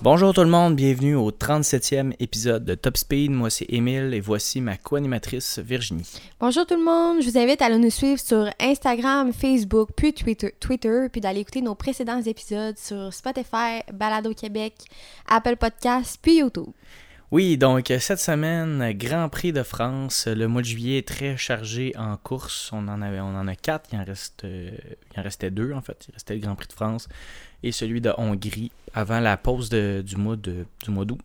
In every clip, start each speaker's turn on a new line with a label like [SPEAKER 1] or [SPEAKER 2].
[SPEAKER 1] Bonjour tout le monde, bienvenue au 37e épisode de Top Speed. Moi c'est Émile et voici ma co-animatrice Virginie.
[SPEAKER 2] Bonjour tout le monde, je vous invite à aller nous suivre sur Instagram, Facebook, puis Twitter, Twitter puis d'aller écouter nos précédents épisodes sur Spotify, Balado Québec, Apple Podcasts, puis YouTube.
[SPEAKER 1] Oui, donc cette semaine, Grand Prix de France. Le mois de juillet est très chargé en courses. On en, avait, on en a quatre, il en, reste, euh, il en restait deux en fait. Il restait le Grand Prix de France et celui de Hongrie avant la pause de- du mois de- du mois d'août.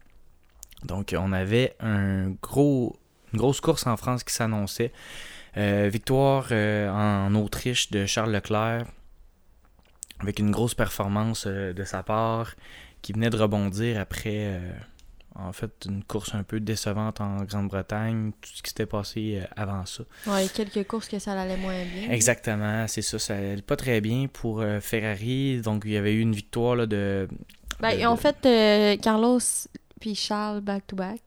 [SPEAKER 1] Donc on avait un gros, une grosse course en France qui s'annonçait. Euh, victoire euh, en Autriche de Charles Leclerc avec une grosse performance euh, de sa part qui venait de rebondir après... euh, en fait, une course un peu décevante en Grande-Bretagne, tout ce qui s'était passé euh, avant ça.
[SPEAKER 2] Ouais, il y a quelques courses que ça allait moins bien.
[SPEAKER 1] Exactement, c'est ça, ça allait pas très bien pour euh, Ferrari. Donc, il y avait eu une victoire là, de.
[SPEAKER 2] Ben,
[SPEAKER 1] de-
[SPEAKER 2] ils ont fait euh, Carlos puis Charles back-to-back,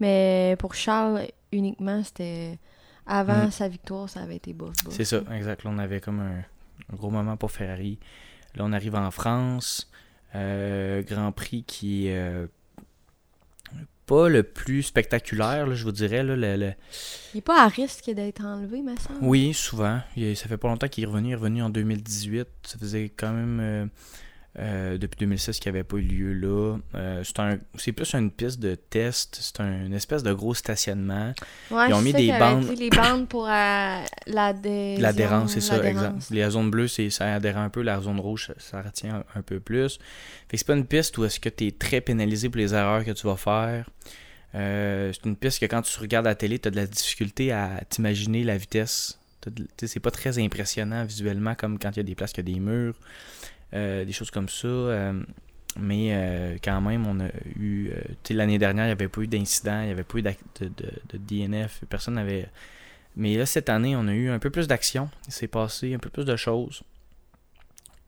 [SPEAKER 2] mais pour Charles uniquement, c'était avant
[SPEAKER 1] Mm.
[SPEAKER 2] sa victoire, ça avait été bof. bof.
[SPEAKER 1] C'est ça, exact. Là, on avait comme un, un gros moment pour Ferrari. Là, on arrive en France. euh, Grand Prix qui est euh, pas le plus spectaculaire, là, je vous dirais. Là, le- le-
[SPEAKER 2] Il n'est pas à risque d'être enlevé, ma semble.
[SPEAKER 1] Oui, souvent. Il est- ça fait pas longtemps qu'il est revenu. Il est revenu en 2018. Ça faisait quand même euh, euh, depuis 2006 qu'il n'y avait pas eu lieu là. Euh, c'est un- c'est plus une piste de test. C'est un- une espèce de gros stationnement.
[SPEAKER 2] Ouais,
[SPEAKER 1] Ils ont
[SPEAKER 2] c'est
[SPEAKER 1] mis
[SPEAKER 2] ça
[SPEAKER 1] des
[SPEAKER 2] qu'il avait
[SPEAKER 1] bandes-
[SPEAKER 2] dit, les bandes pour euh, l'adhésion.
[SPEAKER 1] L'adhérence, c'est ça,
[SPEAKER 2] l'adhérence.
[SPEAKER 1] exact. La zone bleue, c'est ça adhère un peu. La zone rouge, ça- ça retient un, un peu plus. Fait que c'est pas une piste où est-ce que tu es très pénalisé pour les erreurs que tu vas faire. Euh, c'est une piste que quand tu regardes la télé, tu as de la difficulté à t'imaginer la vitesse. T'as de- tu sais, C'est pas très impressionnant visuellement comme quand il y a des places, qu'il y a des murs, euh, des choses comme ça. euh, mais euh, quand même, on a eu. euh, tu sais, L'année dernière, il n'y avait pas eu d'incident, il n'y avait pas eu d'ac- de, de- de DNF, personne n'avait. Mais là, cette année, on a eu un peu plus d'action. Il s'est passé un peu plus de choses.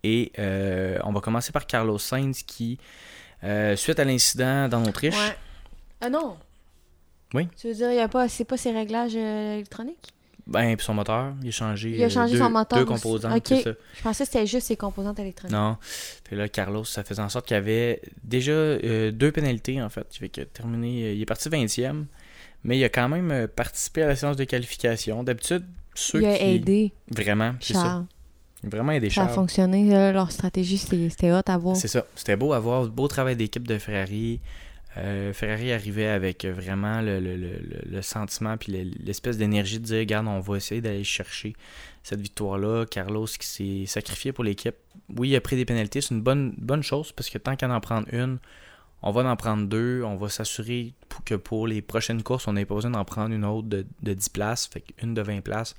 [SPEAKER 1] Et euh, on va commencer par Carlos Sainz qui, euh, suite à l'incident dans l'Autriche,
[SPEAKER 2] Ouais. Ah non!
[SPEAKER 1] Oui.
[SPEAKER 2] Tu veux dire, il y a pas, c'est pas ses réglages euh, électroniques?
[SPEAKER 1] ben, puis son moteur, il a changé,
[SPEAKER 2] Il a
[SPEAKER 1] euh,
[SPEAKER 2] changé
[SPEAKER 1] deux,
[SPEAKER 2] son moteur
[SPEAKER 1] deux
[SPEAKER 2] aussi.
[SPEAKER 1] composantes.
[SPEAKER 2] Ok.
[SPEAKER 1] c'est ça.
[SPEAKER 2] Je pensais que c'était juste ses composantes électroniques.
[SPEAKER 1] Non. Puis là, Carlos, ça faisait en sorte qu'il y avait déjà euh, deux pénalités, en fait. Fait que terminé, euh, il est parti 20e, mais il a quand même euh, participé à la séance de qualification. D'habitude, ceux
[SPEAKER 2] Il a
[SPEAKER 1] qui.
[SPEAKER 2] aidé
[SPEAKER 1] Vraiment, c'est ça.
[SPEAKER 2] Charles.
[SPEAKER 1] Vraiment aidé
[SPEAKER 2] Ça a
[SPEAKER 1] Charles.
[SPEAKER 2] fonctionné. là, leur stratégie, c'était c'était hot à voir.
[SPEAKER 1] C'est ça. C'était beau à voir. Beau travail d'équipe de Ferrari. Euh, Ferrari arrivait avec vraiment le, le- le- le- le sentiment puis le- l'espèce d'énergie de dire regarde, on va essayer d'aller chercher cette victoire-là. Carlos qui s'est sacrifié pour l'équipe. Oui, il a pris des pénalités. C'est une bonne, bonne chose parce que tant qu'à en prendre une, on va en prendre deux. On va s'assurer pour- que pour les prochaines courses, on n'ait pas besoin d'en prendre une autre de, de 10 places, fait une de 20 places.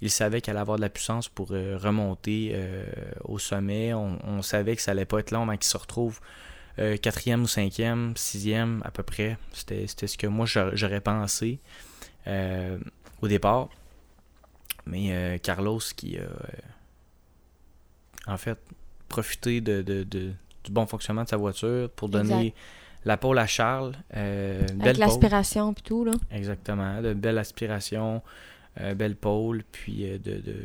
[SPEAKER 1] Il savait qu'elle allait avoir de la puissance pour euh, remonter euh, au sommet. On, on savait que ça allait pas être long avant qu'il se retrouve euh, quatrième ou cinquième, sixième à peu près. C'était c'était ce que moi j'aurais j'aurais pensé euh, au départ. Mais euh, Carlos qui a euh, en fait profité de, de- de- du bon fonctionnement de sa voiture pour donner la pole à Charles. Euh, une
[SPEAKER 2] Avec
[SPEAKER 1] belle pole.
[SPEAKER 2] l'aspiration puis tout, là.
[SPEAKER 1] Exactement, de belles aspirations, euh, belle pôle, puis euh, de, de-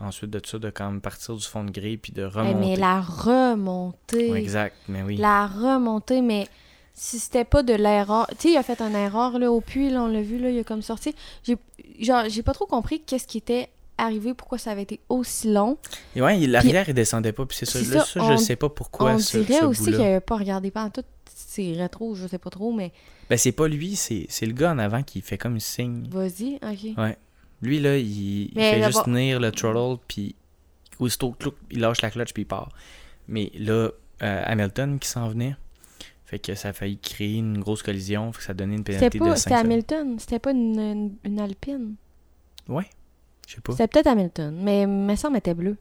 [SPEAKER 1] ensuite de ça, de quand même partir du fond de grille, puis de
[SPEAKER 2] Eh,
[SPEAKER 1] remonter.
[SPEAKER 2] mais la remontée.
[SPEAKER 1] Ouais, exact, mais oui.
[SPEAKER 2] La remontée, mais si c'était pas de l'erreur. Tu sais, il a fait une erreur là, au puits, là, on l'a vu, là, il a comme sorti. J'ai- Genre, j'ai pas trop compris qu'est-ce qui était arrivé, pourquoi ça avait été aussi long.
[SPEAKER 1] Et ouais, il- l'arrière, il descendait pas, puis c'est ça.
[SPEAKER 2] C'est
[SPEAKER 1] Là,
[SPEAKER 2] ça,
[SPEAKER 1] ça,
[SPEAKER 2] on-
[SPEAKER 1] je sais pas pourquoi.
[SPEAKER 2] on
[SPEAKER 1] ce-
[SPEAKER 2] dirait
[SPEAKER 1] ce
[SPEAKER 2] aussi qu'il
[SPEAKER 1] bout-là.
[SPEAKER 2] avait pas regardé pendant tout ses rétros, je sais pas trop, mais
[SPEAKER 1] Ben, c'est pas lui, c'est c'est le gars en avant qui fait comme un signe.
[SPEAKER 2] vas-y, ok.
[SPEAKER 1] Ah, Lui, là, il, il
[SPEAKER 2] Mais
[SPEAKER 1] fait
[SPEAKER 2] là,
[SPEAKER 1] juste
[SPEAKER 2] bon-
[SPEAKER 1] tenir le throttle, puis aussitôt, clouc, il lâche la clutch, puis il part. Mais là, euh, Hamilton qui s'en venait, fait que ça a failli créer une grosse collision, fait que ça a donné une
[SPEAKER 2] C'était
[SPEAKER 1] pénalité
[SPEAKER 2] pas
[SPEAKER 1] de 5
[SPEAKER 2] c'était Hamilton, c'était pas une, une, une Alpine.
[SPEAKER 1] Je sais pas.
[SPEAKER 2] C'était peut-être Hamilton, mais me semble qu'elle était bleue.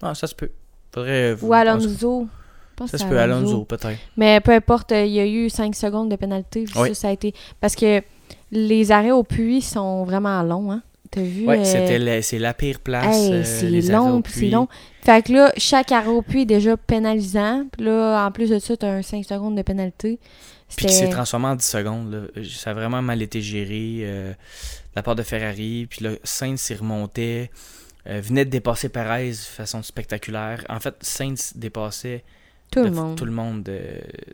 [SPEAKER 1] Ah, ça se peut. Faudrait. euh,
[SPEAKER 2] Ou Alonso. Je pense
[SPEAKER 1] Ça
[SPEAKER 2] que
[SPEAKER 1] se
[SPEAKER 2] c'est
[SPEAKER 1] peut, Alonso, peut-être.
[SPEAKER 2] Mais peu importe, euh, il y a eu 5 secondes de pénalité. puis
[SPEAKER 1] Oui.
[SPEAKER 2] Ça, ça a été. Parce que les arrêts au puits sont vraiment longs, hein. T'as vu?
[SPEAKER 1] Ouais,
[SPEAKER 2] euh,
[SPEAKER 1] c'était la, c'est la pire place.
[SPEAKER 2] hey,
[SPEAKER 1] euh,
[SPEAKER 2] c'est
[SPEAKER 1] les arrêts au
[SPEAKER 2] long, puis c'est
[SPEAKER 1] puits.
[SPEAKER 2] long. Fait que là, chaque arrêt au puits est déjà pénalisant. Puis là, en plus de ça, t'as un 5 secondes de pénalité.
[SPEAKER 1] Puis qui s'est transformé en 10 secondes. là. Euh, Ça a vraiment mal été géré. euh, de la part de Ferrari. Puis là, Sainz s'y remontait. euh, venait de dépasser Perez de façon spectaculaire. En fait, Sainz dépassait
[SPEAKER 2] tout
[SPEAKER 1] de-
[SPEAKER 2] le monde.
[SPEAKER 1] Tout le monde de-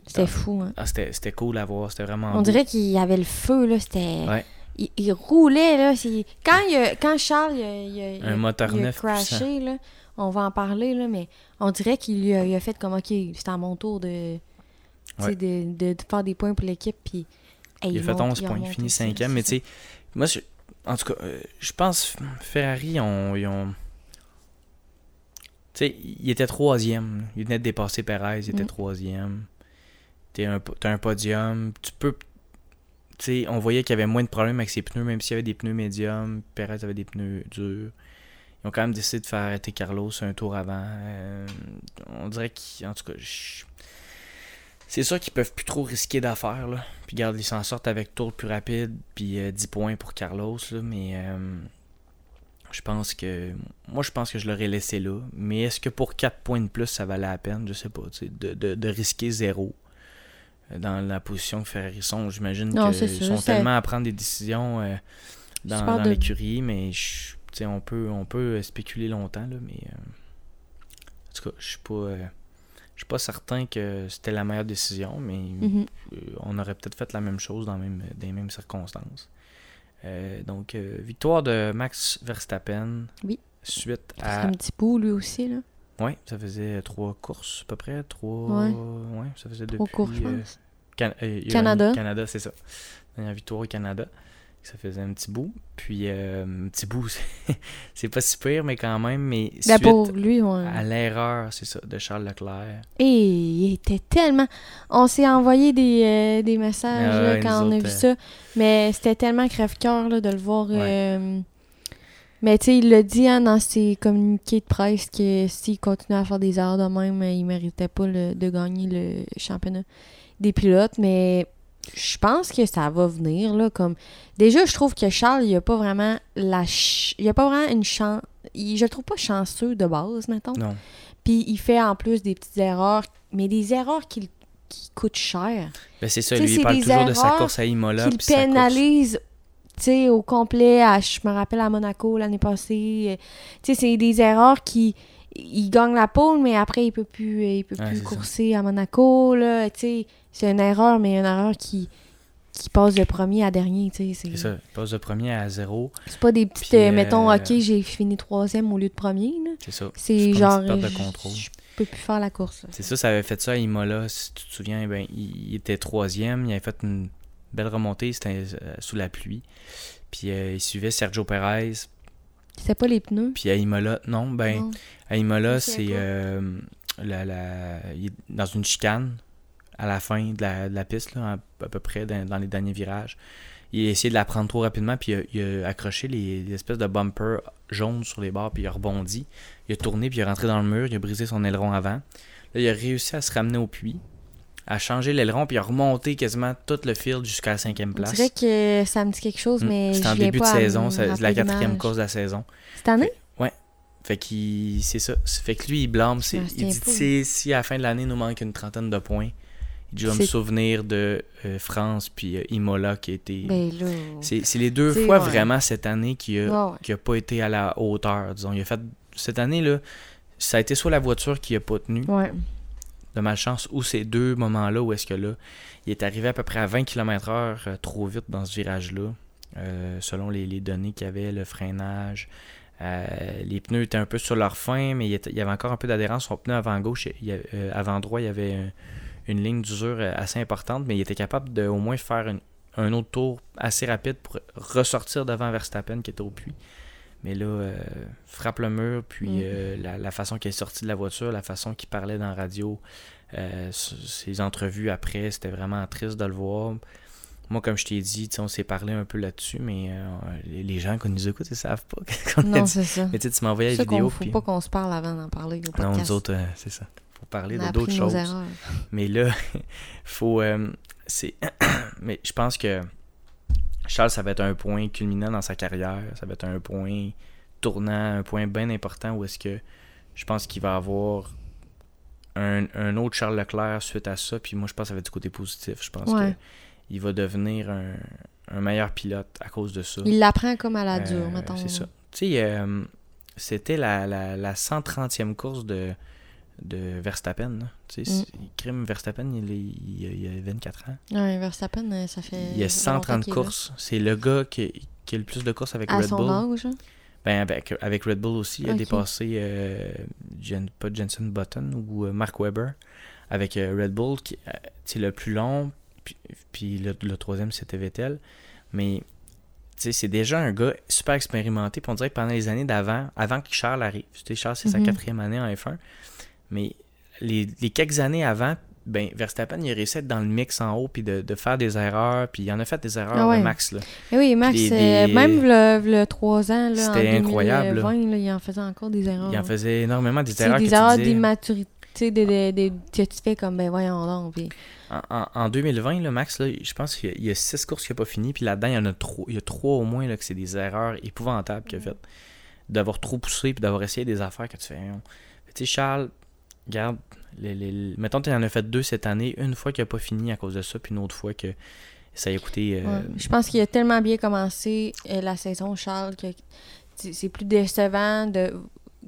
[SPEAKER 2] C'était fou. hein.
[SPEAKER 1] Ah, c'était c'était cool à voir. C'était vraiment.
[SPEAKER 2] On
[SPEAKER 1] beau.
[SPEAKER 2] dirait qu'il y avait le feu, là. C'était.
[SPEAKER 1] Ah. Ouais.
[SPEAKER 2] Il, il roulait, là. c'est- Quand, il a- Quand Charles il a- il a- il a-
[SPEAKER 1] Un moteur
[SPEAKER 2] il a
[SPEAKER 1] neuf puissant.
[SPEAKER 2] crashé, là, on va en parler, là, mais on dirait qu'il lui a, il a fait comme OK, c'est à mon tour de, tu sais,
[SPEAKER 1] Ouais.
[SPEAKER 2] de, de- de faire des points pour l'équipe. Puis, hey,
[SPEAKER 1] Il a fait
[SPEAKER 2] monte-
[SPEAKER 1] 11
[SPEAKER 2] il a
[SPEAKER 1] points, il
[SPEAKER 2] remonté
[SPEAKER 1] finit
[SPEAKER 2] ça,
[SPEAKER 1] 5
[SPEAKER 2] c'est
[SPEAKER 1] mais
[SPEAKER 2] ça.
[SPEAKER 1] tu sais, moi, je- en tout cas, euh, je pense Ferrari, on- ils ont. Tu sais, il était troisième. là. Il venait de dépasser Perez, il était
[SPEAKER 2] Mm.
[SPEAKER 1] troisième. T'es un, po- t'as un podium. Tu peux. Tu sais, on voyait qu'il y avait moins de problèmes avec ses pneus, même s'il y avait des pneus médiums. Perez avait des pneus durs. Ils ont quand même décidé de faire arrêter Carlos un tour avant. Euh, on dirait qu'en tout cas, je- c'est sûr qu'ils peuvent plus trop risquer d'affaires. Là. Puis garde, ils s'en sortent avec tour le plus rapide, puis euh, 10 points pour Carlos. là, mais euh, je pense que. Moi, je pense que je l'aurais laissé là. Mais est-ce que pour 4 points de plus, ça valait la peine Je sais pas. tu sais, De, de, de risquer zéro euh, dans la position que Ferrari sont. J'imagine
[SPEAKER 2] Non, c'est
[SPEAKER 1] qu'ils
[SPEAKER 2] sûr,
[SPEAKER 1] sont
[SPEAKER 2] c'est-
[SPEAKER 1] tellement à prendre des décisions euh, dans,
[SPEAKER 2] Tu parles
[SPEAKER 1] dans
[SPEAKER 2] de-
[SPEAKER 1] l'écurie, mais je- tu sais, on, peut, on peut euh, spéculer longtemps. Là, mais euh, en tout cas, je suis pas. euh, je suis pas certain que c'était la meilleure décision, mais
[SPEAKER 2] Mhm.
[SPEAKER 1] euh, on aurait peut-être fait la même chose dans, les mêmes- dans les mêmes circonstances. Euh, donc, euh, victoire de Max Verstappen.
[SPEAKER 2] Oui.
[SPEAKER 1] Suite
[SPEAKER 2] Ça fait
[SPEAKER 1] à.
[SPEAKER 2] Un petit bout, lui aussi, là.
[SPEAKER 1] Oui, ça faisait trois courses à peu près. Trois.
[SPEAKER 2] Ouais.
[SPEAKER 1] Ouais, ça faisait
[SPEAKER 2] Trois
[SPEAKER 1] depuis.
[SPEAKER 2] courses, je
[SPEAKER 1] euh,
[SPEAKER 2] pense.
[SPEAKER 1] Can- euh, il y a
[SPEAKER 2] Canada.
[SPEAKER 1] une- Canada, c'est ça. Dernière victoire au Canada. Ça faisait un petit bout. Puis, euh, un petit bout, c'est- c'est pas si pire, mais quand même. Mais
[SPEAKER 2] Ben,
[SPEAKER 1] suite
[SPEAKER 2] pour euh, lui, on...
[SPEAKER 1] à l'erreur, c'est ça, de Charles Leclerc.
[SPEAKER 2] Et il était tellement. On s'est envoyé des, euh, des messages
[SPEAKER 1] Ah
[SPEAKER 2] là,
[SPEAKER 1] ouais,
[SPEAKER 2] quand
[SPEAKER 1] nous
[SPEAKER 2] on a
[SPEAKER 1] autres,
[SPEAKER 2] vu
[SPEAKER 1] euh.
[SPEAKER 2] ça. Mais c'était tellement crève-cœur là, de le voir. euh, Mais tu sais, il l'a dit hein, dans ses communiqués de presse que s'il continuait à faire des erreurs de même, euh, il méritait pas le- de gagner le championnat des pilotes. Mais je pense que ça va venir. Là, comme... Déjà, je trouve que Charles, il a pas vraiment la ch- il a pas vraiment une chance. il- Je le trouve pas chanceux de base, mettons.
[SPEAKER 1] Non.
[SPEAKER 2] Puis il fait en plus des petites erreurs, mais des erreurs qui, qui coûtent cher,
[SPEAKER 1] Ben, c'est ça,
[SPEAKER 2] Tu sais,
[SPEAKER 1] lui, il
[SPEAKER 2] c'est
[SPEAKER 1] parle
[SPEAKER 2] des
[SPEAKER 1] toujours de sa
[SPEAKER 2] erreurs
[SPEAKER 1] course à Imola.
[SPEAKER 2] qu'il
[SPEAKER 1] puis sa course-
[SPEAKER 2] pénalise tu sais, au complet. à- je me rappelle à Monaco l'année passée. euh, Tu sais, c'est des erreurs qui. Il gagne la pole, mais après, il peut plus, il peut
[SPEAKER 1] Ouais,
[SPEAKER 2] plus
[SPEAKER 1] c'est ça.
[SPEAKER 2] courser à Monaco. là, tu sais. C'est une erreur, mais une erreur qui, qui passe de premier à dernier. tu sais,
[SPEAKER 1] C'est
[SPEAKER 2] C'est
[SPEAKER 1] ça, il passe de premier à zéro.
[SPEAKER 2] c'est pas des petites.
[SPEAKER 1] Puis,
[SPEAKER 2] euh, mettons,
[SPEAKER 1] euh,
[SPEAKER 2] OK, j'ai fini troisième au lieu de premier. là.
[SPEAKER 1] C'est ça.
[SPEAKER 2] C'est
[SPEAKER 1] C'est comme
[SPEAKER 2] genre.
[SPEAKER 1] une petite perte de
[SPEAKER 2] je-
[SPEAKER 1] contrôle.
[SPEAKER 2] Je peux plus faire la course. là.
[SPEAKER 1] C'est ça, ça avait fait ça à Imola, si tu te souviens. Ben, il il était troisième, il avait fait une belle remontée, c'était euh, sous la pluie. Puis euh, il suivait Sergio Perez.
[SPEAKER 2] C'était pas les pneus.
[SPEAKER 1] Puis à Imola, non, ben,
[SPEAKER 2] non.
[SPEAKER 1] à
[SPEAKER 2] Je
[SPEAKER 1] Imola,
[SPEAKER 2] me souviens
[SPEAKER 1] c'est
[SPEAKER 2] pas.
[SPEAKER 1] euh, la, la- il est dans une chicane à la fin de la, de la piste, là, à, à peu près dans, dans les derniers virages. Il a essayé de la prendre trop rapidement, puis il a, il a accroché les, les espèces de bumpers jaunes sur les barres, puis il a rebondi. Il a tourné, puis il est rentré dans le mur, il a brisé son aileron avant. Là, il a réussi à se ramener au puits, à changer l'aileron, puis il a remonté quasiment tout le field jusqu'à la cinquième
[SPEAKER 2] On
[SPEAKER 1] place.
[SPEAKER 2] dirait que ça me dit quelque chose,
[SPEAKER 1] Mm,
[SPEAKER 2] mais
[SPEAKER 1] C'était
[SPEAKER 2] je
[SPEAKER 1] en
[SPEAKER 2] viens
[SPEAKER 1] début de
[SPEAKER 2] pas à me
[SPEAKER 1] saison, c'est c'est la
[SPEAKER 2] rappeler
[SPEAKER 1] quatrième
[SPEAKER 2] l'image.
[SPEAKER 1] course de la saison.
[SPEAKER 2] Cette année?
[SPEAKER 1] Fait qu'il. C'est ça. C'est- Fait que lui, il blâme. c'est-
[SPEAKER 2] m'en
[SPEAKER 1] Il
[SPEAKER 2] souviens
[SPEAKER 1] dit,
[SPEAKER 2] pas.
[SPEAKER 1] tu sais, si à la fin de l'année, nous manque une trentaine de points, il dit, je vais me
[SPEAKER 2] C'est-
[SPEAKER 1] souvenir de euh, France puis euh, Imola qui a été.
[SPEAKER 2] Ben là...
[SPEAKER 1] c'est euh, c'est les deux
[SPEAKER 2] c'est-
[SPEAKER 1] fois
[SPEAKER 2] ouais.
[SPEAKER 1] vraiment cette année qu'il a,
[SPEAKER 2] Ouais, ouais.
[SPEAKER 1] qu'il a pas été à la hauteur. Disons, il a fait. Cette année-là, ça a été soit la voiture qui a pas tenu,
[SPEAKER 2] Ouais.
[SPEAKER 1] de malchance, ou ces deux moments-là où est-ce que là, il est arrivé à peu près à 20 km/h euh, trop vite dans ce virage-là, euh, selon les, les données qu'il y avait, le freinage. euh, les pneus étaient un peu sur leur fin, mais il, était- il y avait encore un peu d'adhérence. Son pneu avant gauche, il y a- euh, avant droit, il y avait un- une ligne d'usure euh, assez importante, mais il était capable de au moins faire une- un autre tour assez rapide pour ressortir devant Verstappen qui était au puits. Mais là, euh, frappe le mur, puis
[SPEAKER 2] Mm.
[SPEAKER 1] euh, la, la façon qu'il est sorti de la voiture, la façon qu'il parlait dans la radio, euh, s- ses entrevues après, c'était vraiment triste de le voir. Moi, comme je t'ai dit, tu sais, on s'est parlé un peu là-dessus, mais euh, les les gens qui nous écoutent, ils savent pas qu'on a
[SPEAKER 2] Non,
[SPEAKER 1] dit-
[SPEAKER 2] c'est ça.
[SPEAKER 1] Mais tu sais, tu m'envoyais
[SPEAKER 2] C'est
[SPEAKER 1] la
[SPEAKER 2] ça qu'on
[SPEAKER 1] vidéo,
[SPEAKER 2] faut
[SPEAKER 1] puis...
[SPEAKER 2] pas qu'on se parle avant d'en parler au podcast.
[SPEAKER 1] Non, nous autres, euh, c'est ça. Pour parler
[SPEAKER 2] On a
[SPEAKER 1] de
[SPEAKER 2] appris
[SPEAKER 1] d'autres
[SPEAKER 2] nos
[SPEAKER 1] choses.
[SPEAKER 2] erreurs.
[SPEAKER 1] Mais là, faut. euh, c'est. Mais je pense que Charles, ça va être un point culminant dans sa carrière. Ça va être un point tournant, un point bien important où est-ce que je pense qu'il va avoir un- un, un autre Charles Leclerc suite à ça. Puis moi, je pense que ça va être du côté positif. Je pense
[SPEAKER 2] Ouais.
[SPEAKER 1] que il va devenir un, un meilleur pilote à cause de ça.
[SPEAKER 2] Il l'apprend comme à la dure,
[SPEAKER 1] Euh,
[SPEAKER 2] mettons.
[SPEAKER 1] C'est ça. Tu sais, euh, c'était la, la, la 130e course de, de Verstappen. là. Tu sais,
[SPEAKER 2] Mm.
[SPEAKER 1] c'est- Crime Verstappen, il, est- il a- il a 24 ans.
[SPEAKER 2] Ouais, Verstappen, euh, ça fait.
[SPEAKER 1] il a
[SPEAKER 2] longtemps
[SPEAKER 1] 130
[SPEAKER 2] qu'il est là.
[SPEAKER 1] courses. C'est le gars qui, qui a le plus de courses avec
[SPEAKER 2] À
[SPEAKER 1] Red
[SPEAKER 2] son
[SPEAKER 1] Bull.
[SPEAKER 2] âge. hein.
[SPEAKER 1] Ben, avec, avec Red Bull aussi, il a
[SPEAKER 2] Ok.
[SPEAKER 1] dépassé euh, Jen- pas Jenson Button ou euh, Mark Webber avec euh, Red Bull, qui euh, tu sais, le plus long, puis, puis le, le troisième c'était Vettel. Mais tu sais, c'est déjà un gars super expérimenté. Puis on dirait que pendant les années d'avant, avant que Charles arrive, tu sais, Charles c'est
[SPEAKER 2] Mhm.
[SPEAKER 1] sa quatrième année en F1, mais les, les quelques années avant, ben Verstappen il a réussi à être dans le mix en haut puis de, de faire des erreurs. Puis il en a fait des erreurs
[SPEAKER 2] Ah ouais.
[SPEAKER 1] le max. Là.
[SPEAKER 2] Eh oui, Max,
[SPEAKER 1] Puis des-
[SPEAKER 2] euh,
[SPEAKER 1] des-
[SPEAKER 2] même le, le 3 ans, là, en
[SPEAKER 1] C'était
[SPEAKER 2] 2020,
[SPEAKER 1] incroyable, là.
[SPEAKER 2] là, il en faisait encore des erreurs.
[SPEAKER 1] Il en
[SPEAKER 2] hein.
[SPEAKER 1] faisait énormément des
[SPEAKER 2] C'est
[SPEAKER 1] erreurs. que
[SPEAKER 2] des
[SPEAKER 1] tu
[SPEAKER 2] erreurs
[SPEAKER 1] disais-
[SPEAKER 2] d'immaturité des- des- des- que tu fais comme, ben voyons donc. puis-
[SPEAKER 1] En- En, en 2020, là, Max, là, je pense qu'il y a- il y, a six courses qu'il n'a pas fini, puis là-dedans, il y en a trois, il y a trois au moins là, que c'est des erreurs épouvantables qu'il a faites. D'avoir trop poussé, puis d'avoir essayé des affaires que tu fais. hein. Mais Tu sais, Charles, regarde, les, les- mettons qu'il en a fait deux cette année, une fois qu'il n'a pas fini à cause de ça, puis une autre fois que ça a coûté. euh,
[SPEAKER 2] Ouais. Je pense qu'il a tellement bien commencé euh, la saison, Charles, que c'est c'est plus décevant de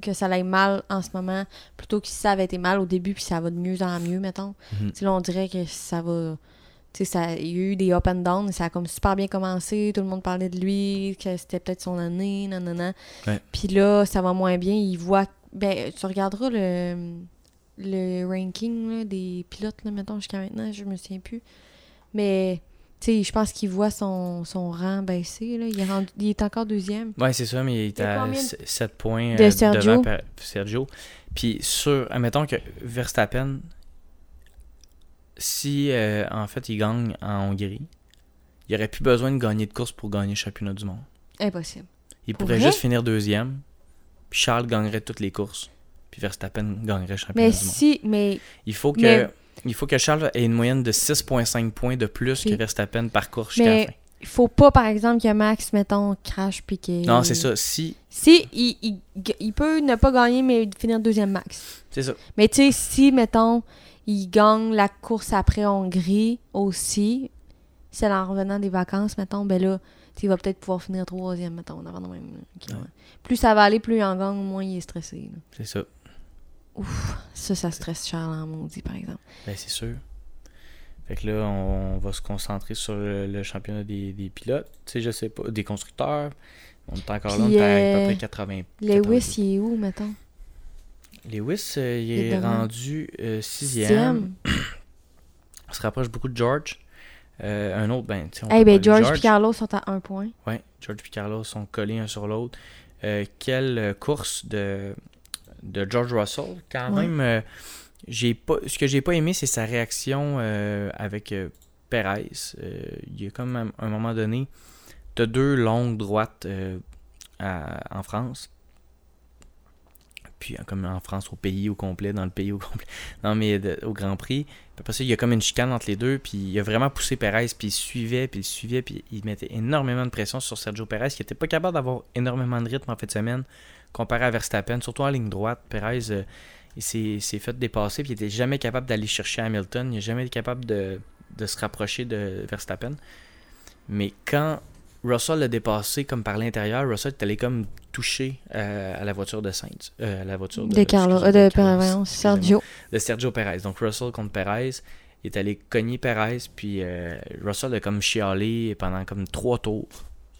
[SPEAKER 2] que ça aille mal en ce moment, plutôt que si ça avait été mal au début, puis ça va de mieux en mieux, mettons.
[SPEAKER 1] Mhm.
[SPEAKER 2] Tu sais, Là, on dirait que ça va... Tu sais, ça- il y a eu des up and down, ça a comme super bien commencé, tout le monde parlait de lui, que c'était peut-être son année, nanana.
[SPEAKER 1] Ouais.
[SPEAKER 2] Puis là, ça va moins bien, il voit... Ben, tu regarderas le, le ranking là, des pilotes, là, mettons, jusqu'à maintenant, je me souviens plus. Mais tu sais, je pense qu'il voit son, son rang baisser. Là. Il, est rendu- il est encore deuxième.
[SPEAKER 1] Ouais, c'est ça, mais il est
[SPEAKER 2] Il y a
[SPEAKER 1] à
[SPEAKER 2] combien de-
[SPEAKER 1] 7 points euh,
[SPEAKER 2] De Sergio?
[SPEAKER 1] devant Pa- Sergio. Puis sur, admettons que Verstappen, si euh, en fait il gagne en Hongrie, il aurait plus besoin de gagner de course pour gagner le championnat du monde.
[SPEAKER 2] Impossible.
[SPEAKER 1] Il
[SPEAKER 2] Pour
[SPEAKER 1] pourrait
[SPEAKER 2] vrai?
[SPEAKER 1] juste finir deuxième, puis Charles gagnerait toutes les courses, puis Verstappen gagnerait le championnat
[SPEAKER 2] Mais
[SPEAKER 1] du monde.
[SPEAKER 2] si, mais
[SPEAKER 1] Il faut que,
[SPEAKER 2] mais-
[SPEAKER 1] il faut que Charles ait une moyenne de 6,5 points de plus
[SPEAKER 2] Ok.
[SPEAKER 1] que Verstappen par course jusqu'à la
[SPEAKER 2] Mais-
[SPEAKER 1] fin.
[SPEAKER 2] il faut pas, par exemple, que Max, mettons, crash puis qu'il.
[SPEAKER 1] Non, c'est ça. Si,
[SPEAKER 2] Si, il, il, il peut ne pas gagner, mais finir deuxième Max.
[SPEAKER 1] c'est ça.
[SPEAKER 2] Mais tu sais, si, mettons, il gagne la course après Hongrie aussi, c'est en revenant des vacances, mettons, ben là, tu sais, il va peut-être pouvoir finir troisième, mettons, en avant de même. là. Ok,
[SPEAKER 1] Ouais.
[SPEAKER 2] ouais. Plus ça va aller, plus il en gagne, moins il est stressé. là.
[SPEAKER 1] C'est ça.
[SPEAKER 2] Ça, ça stresse Charles en maudit, par exemple.
[SPEAKER 1] Ben, c'est sûr. Fait que là, on va se concentrer sur le, le championnat des, des pilotes. Tu sais, je sais pas, des constructeurs. On est encore là, on
[SPEAKER 2] Puis,
[SPEAKER 1] est à, à peu
[SPEAKER 2] euh,
[SPEAKER 1] près 80.
[SPEAKER 2] Lewis, il est où, mettons?
[SPEAKER 1] Lewis, euh, il
[SPEAKER 2] il est
[SPEAKER 1] est
[SPEAKER 2] devant.
[SPEAKER 1] rendu euh, sixième.
[SPEAKER 2] Sixième.
[SPEAKER 1] On se rapproche beaucoup de George. Euh, un autre, ben, tu sais, on
[SPEAKER 2] Eh
[SPEAKER 1] peut parler
[SPEAKER 2] ben,
[SPEAKER 1] de
[SPEAKER 2] George et Carlos sont à un point.
[SPEAKER 1] Ouais, George et Carlos sont collés un sur l'autre. Euh, quelle euh, course de, de George Russell. Quand
[SPEAKER 2] Ouais.
[SPEAKER 1] même, euh, j'ai pas, ce que j'ai pas aimé, c'est sa réaction euh, avec euh, Perez. Euh, il y a comme à un moment donné, t'as deux longues droites euh, à- en France. Puis, euh, comme en France, au pays au complet, dans le pays au complet. Non, mais de- au Grand Prix. Puis Après ça, il y a comme une chicane entre les deux. Puis il a vraiment poussé Perez. Puis il suivait, puis il suivait. Puis il mettait énormément de pression sur Sergio Perez, qui n'était pas capable d'avoir énormément de rythme en fin de semaine, comparé à Verstappen, surtout en ligne droite. Perez, euh, il s'est s'est fait dépasser. Puis il n'était jamais capable d'aller chercher Hamilton. Il n'est jamais été capable de, de se rapprocher de Verstappen. Mais quand Russell l'a dépassé comme par l'intérieur, Russell est allé comme toucher euh, à la voiture de Sainz. euh, à la voiture de,
[SPEAKER 2] De Carlos.
[SPEAKER 1] excusez,
[SPEAKER 2] euh, De,
[SPEAKER 1] Carlos.
[SPEAKER 2] voyons,
[SPEAKER 1] Excusez-moi
[SPEAKER 2] Sergio.
[SPEAKER 1] de Sergio Perez. Donc Russell contre Perez. Il est allé cogner Perez, puis euh, Russell a comme chialé pendant comme trois tours.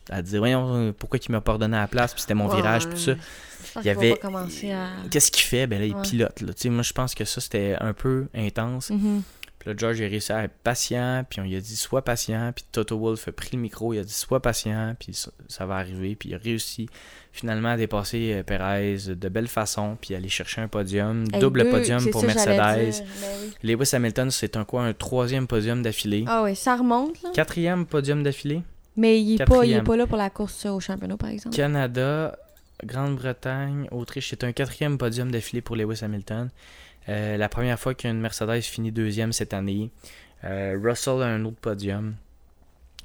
[SPEAKER 1] À dire, voyons, euh, pourquoi il m'a pas redonné la place, puis c'était mon
[SPEAKER 2] Ouais,
[SPEAKER 1] virage, puis tout ça.
[SPEAKER 2] Je pense
[SPEAKER 1] Il y
[SPEAKER 2] qu'on
[SPEAKER 1] avait.
[SPEAKER 2] va commencer à...
[SPEAKER 1] Qu'est-ce qu'il fait? Ben là, il
[SPEAKER 2] Ouais.
[SPEAKER 1] pilote. Là. Tu sais, Moi, je pense que ça, c'était un peu intense.
[SPEAKER 2] Mhm.
[SPEAKER 1] Puis là, George a réussi à être patient, puis on lui a dit sois patient, puis Toto Wolff a pris le micro, il a dit sois patient, puis ça, ça va arriver, puis il a réussi finalement à dépasser euh, Perez de belle façon, puis aller chercher un podium,
[SPEAKER 2] Hey,
[SPEAKER 1] double
[SPEAKER 2] deux,
[SPEAKER 1] podium
[SPEAKER 2] c'est
[SPEAKER 1] pour
[SPEAKER 2] ça que j'allais
[SPEAKER 1] Mercedes.
[SPEAKER 2] dire, ben oui.
[SPEAKER 1] Lewis Hamilton, c'est un quoi, un troisième podium d'affilée,
[SPEAKER 2] Ah oui, ça remonte, là.
[SPEAKER 1] quatrième podium d'affilée,
[SPEAKER 2] Mais il est, pas, il est
[SPEAKER 1] Quatrième.
[SPEAKER 2] pas là pour la course euh, au championnat, par exemple.
[SPEAKER 1] Canada, Grande-Bretagne, Autriche, c'est un quatrième podium d'affilée pour Lewis Hamilton. Euh, la première fois qu'une Mercedes finit deuxième cette année. Euh, Russell a un autre podium.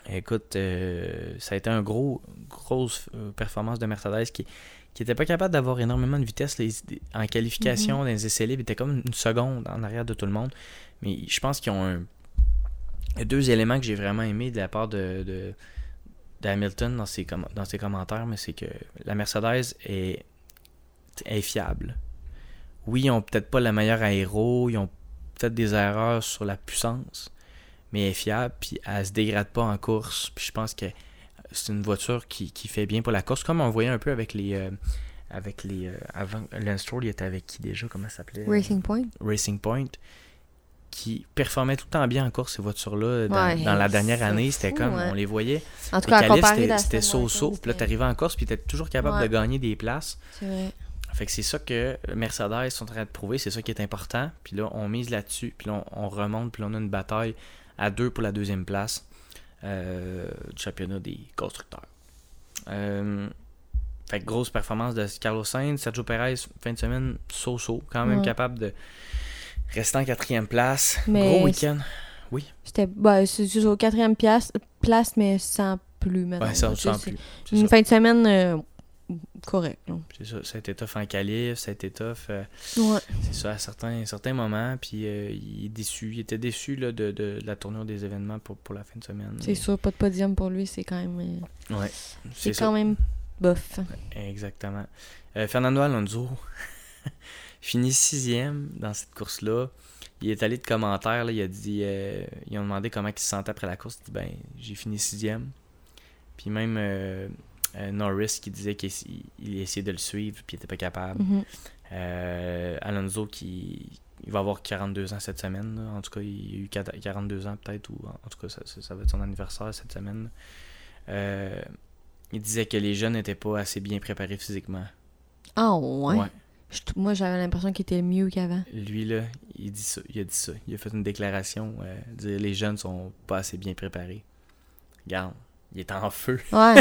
[SPEAKER 1] Écoute, euh, ça a été un gros, grosse euh, performance de Mercedes qui qui n'était pas capable d'avoir énormément de vitesse les, en qualification mm -hmm. dans les essais libres. Il était comme une seconde en arrière de tout le monde. Mais je pense qu'ils ont un, deux éléments que j'ai vraiment aimé de la part de, de, de Hamilton dans ses, com dans ses commentaires, mais c'est que la Mercedes est, est fiable. Oui, ils n'ont peut-être pas la meilleure aéro, ils ont peut-être des erreurs sur la puissance, mais elle est fiable, puis elle se dégrade pas en course. Puis je pense que c'est une voiture qui, qui, fait bien pour la course, comme on voyait un peu avec les. Euh, avec les euh, avant, Lance Stroll, il était avec qui déjà Comment ça s'appelait
[SPEAKER 2] Racing Point.
[SPEAKER 1] Racing Point, qui performait tout le temps bien en course, ces voitures-là. Dans, ouais, dans, la dernière année, c'était comme, ouais. on les voyait.
[SPEAKER 2] hein. En tout cas,
[SPEAKER 1] c'était so-so. Puis là, t'arrivais en course, puis t'étais toujours capable ouais. de gagner des places. Vrai. Fait que c'est ça que Mercedes sont en train de prouver, c'est ça qui est important. Puis là, on mise là-dessus, puis là, on, on remonte, puis là, on a une bataille à deux pour la deuxième place. Euh, du championnat des constructeurs. Euh, fait grosse performance de Carlos Sainz, Sergio Perez, fin de semaine, so-so, quand même ouais. capable de rester en quatrième place. Mais Gros week-end. Oui.
[SPEAKER 2] C'était bah, toujours quatrième place, place, mais sans plus maintenant.
[SPEAKER 1] Ouais, sans, sans plus.
[SPEAKER 2] Une ça. fin de semaine euh, correcte.
[SPEAKER 1] C'est ça, ça a été tough en qualif, ça a été tough. euh, Ouais. C'est ça, à certains, certains moments. Puis euh, il, est déçu, il était déçu là, de, de, de, la tournure des événements pour, pour la fin de semaine.
[SPEAKER 2] C'est sûr, pas de podium pour lui, c'est quand même.
[SPEAKER 1] Euh, ouais.
[SPEAKER 2] C'est quand ça. même bof.
[SPEAKER 1] Exactement. Euh, Fernando Alonso finit sixième dans cette course-là. Il est allé de commentaires, là, il a dit, ils ont demandé comment il se sentait après la course. Il dit ben j'ai fini sixième. Puis même euh, Norris qui disait qu'il essayait de le suivre puis il n'était pas capable.
[SPEAKER 2] Mhm.
[SPEAKER 1] Mm -hmm. euh, Alonso qui il va avoir 42 ans cette semaine. Là. En tout cas, il a eu 42 ans peut-être, ou en tout cas, ça, ça, va être son anniversaire cette semaine. Euh, il disait que les jeunes n'étaient pas assez bien préparés physiquement.
[SPEAKER 2] Ah oh, ouais. ouais. Je, moi, j'avais l'impression qu'il était mieux qu'avant.
[SPEAKER 1] Lui, là, il, dit ça, il a dit ça. Il a fait une déclaration. Euh, dire les jeunes sont pas assez bien préparés. Regarde, il est en feu.
[SPEAKER 2] Ouais.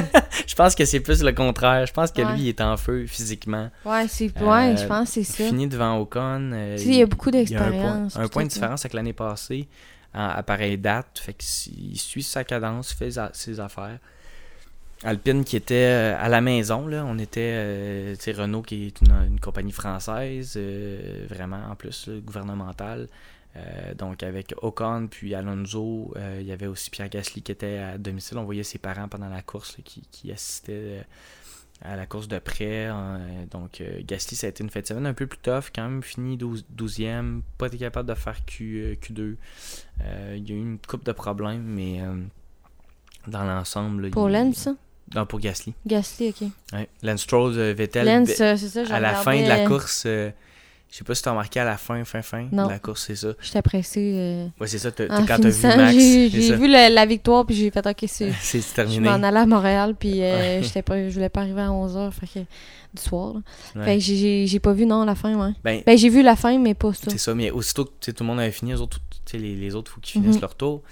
[SPEAKER 1] je pense que c'est plus le contraire. Je pense que ouais. lui, il est en feu physiquement.
[SPEAKER 2] Ouais, c'est ouais, euh, je pense que c'est ça.
[SPEAKER 1] Fini devant Ocon. Euh,
[SPEAKER 2] tu sais, il y a beaucoup d'expérience.
[SPEAKER 1] Un point, un point de différence avec l'année passée, à, à, pareille date. Fait qu'il suit sa cadence, fait sa, ses affaires. Alpine qui était euh, à la maison, là. On était, euh, tu sais, Renault qui est une, une compagnie française, euh, vraiment, en plus, là, gouvernementale. Euh, donc avec Ocon puis Alonso, euh, il y avait aussi Pierre Gasly qui était à domicile. On voyait ses parents pendant la course là, qui, qui, assistaient euh, à la course de près. Hein. Donc Gasly, ça a été une fête de semaine un peu plus tough, quand même fini 12, 12e, pas été capable de faire Q, 2 il y a eu une coupe de problèmes, mais euh, dans l'ensemble.
[SPEAKER 2] Pour
[SPEAKER 1] il...
[SPEAKER 2] Lens,
[SPEAKER 1] non, pour Gasly.
[SPEAKER 2] Gasly, ok.
[SPEAKER 1] Ouais. Lance Stroll, euh, Vettel.
[SPEAKER 2] Lens, euh, c'est ça, euh,
[SPEAKER 1] À la fin de la course. euh, Je sais pas si t'as remarqué à la fin, fin, fin non. de la course, c'est ça.
[SPEAKER 2] J'étais pressé. Euh...
[SPEAKER 1] Ouais, c'est ça, en quand t'as vu Max.
[SPEAKER 2] J'ai vu la, la victoire, puis j'ai fait, OK, c'est.
[SPEAKER 1] c'est terminé. Je
[SPEAKER 2] m'en allais à Montréal, puis euh, ouais. pas, je voulais pas arriver à 11h du soir. Ouais. Fait que j'ai pas vu, non, la fin, ouais. Ben, ben j'ai vu la fin, mais pas ça.
[SPEAKER 1] C'est ça, mais aussitôt que tout le monde avait fini, les autres, les, les autres, faut qu'ils
[SPEAKER 2] Mhm.
[SPEAKER 1] finissent mm -hmm. leur tour.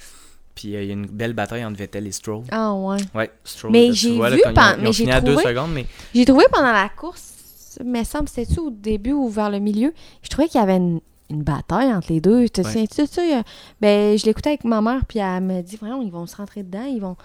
[SPEAKER 1] Puis il euh, y a une belle bataille entre Vettel et Stroll.
[SPEAKER 2] Ah, ouais.
[SPEAKER 1] Ouais, Stroll.
[SPEAKER 2] Mais j'ai vu là,
[SPEAKER 1] quand
[SPEAKER 2] ils ont,
[SPEAKER 1] fini à deux secondes, mais.
[SPEAKER 2] J'ai trouvé pendant la course mais semble c'était au début ou vers le milieu, je trouvais qu'il y avait une, une, bataille entre les deux. Tu ouais. tu ben je l'écoutais avec ma mère puis elle me dit vraiment ils vont se rentrer dedans, ils vont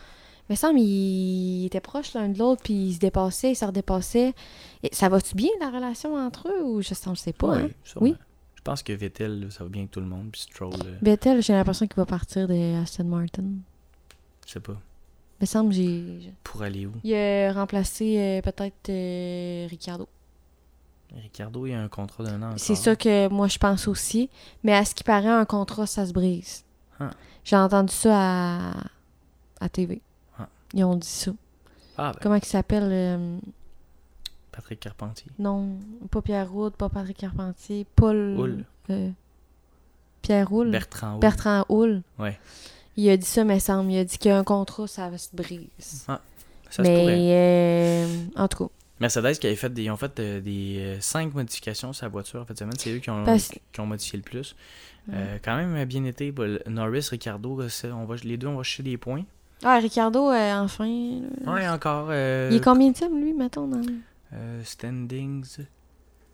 [SPEAKER 2] mais semble ils étaient proches l'un de l'autre puis ils se dépassaient, ils se redépassaient. Et ça va-tu bien la relation entre eux ou je ne sais pas
[SPEAKER 1] ouais,
[SPEAKER 2] hein?
[SPEAKER 1] Oui. Je pense que Vettel ça va bien avec tout le monde puis Stroll. Euh...
[SPEAKER 2] Vettel, j'ai l'impression qu'il va partir de Aston Martin.
[SPEAKER 1] Je sais pas.
[SPEAKER 2] Me semble j'ai
[SPEAKER 1] pour aller où
[SPEAKER 2] Il a remplacé euh, peut-être euh, Ricardo.
[SPEAKER 1] Ricardo, il a un contrat d'un an.
[SPEAKER 2] C'est ça que moi, je pense aussi. Mais à ce qui paraît, un contrat, ça se brise.
[SPEAKER 1] Ah.
[SPEAKER 2] Hein. J'ai entendu ça à, à TV. Hein. Ils ont dit ça.
[SPEAKER 1] Ah, ben.
[SPEAKER 2] Comment il s'appelle euh...
[SPEAKER 1] Patrick Carpentier.
[SPEAKER 2] Non, pas Pierre Roud, pas Patrick Carpentier. Paul.
[SPEAKER 1] Houle.
[SPEAKER 2] Euh... Pierre Houle.
[SPEAKER 1] Bertrand Houle.
[SPEAKER 2] Bertrand Houle.
[SPEAKER 1] Ouais.
[SPEAKER 2] Il a dit ça, mais semble. Il a dit qu'un contrat, ça se brise.
[SPEAKER 1] Ah. Ça
[SPEAKER 2] mais
[SPEAKER 1] se pourrait.
[SPEAKER 2] Euh... en tout cas.
[SPEAKER 1] Mercedes qui avait fait des, ils ont fait de, des euh, cinq modifications sur la voiture en fait semaine. C'est eux qui ont, Parce... qui ont, modifié le plus. Ouais. Euh, quand même bien été. Bon, Norris, Ricardo, on va, les deux, on va chercher des points.
[SPEAKER 2] Ah, Ricardo, euh, enfin. Là,
[SPEAKER 1] ouais, encore. Euh...
[SPEAKER 2] Il est combien de lui, mettons, dans
[SPEAKER 1] Standings.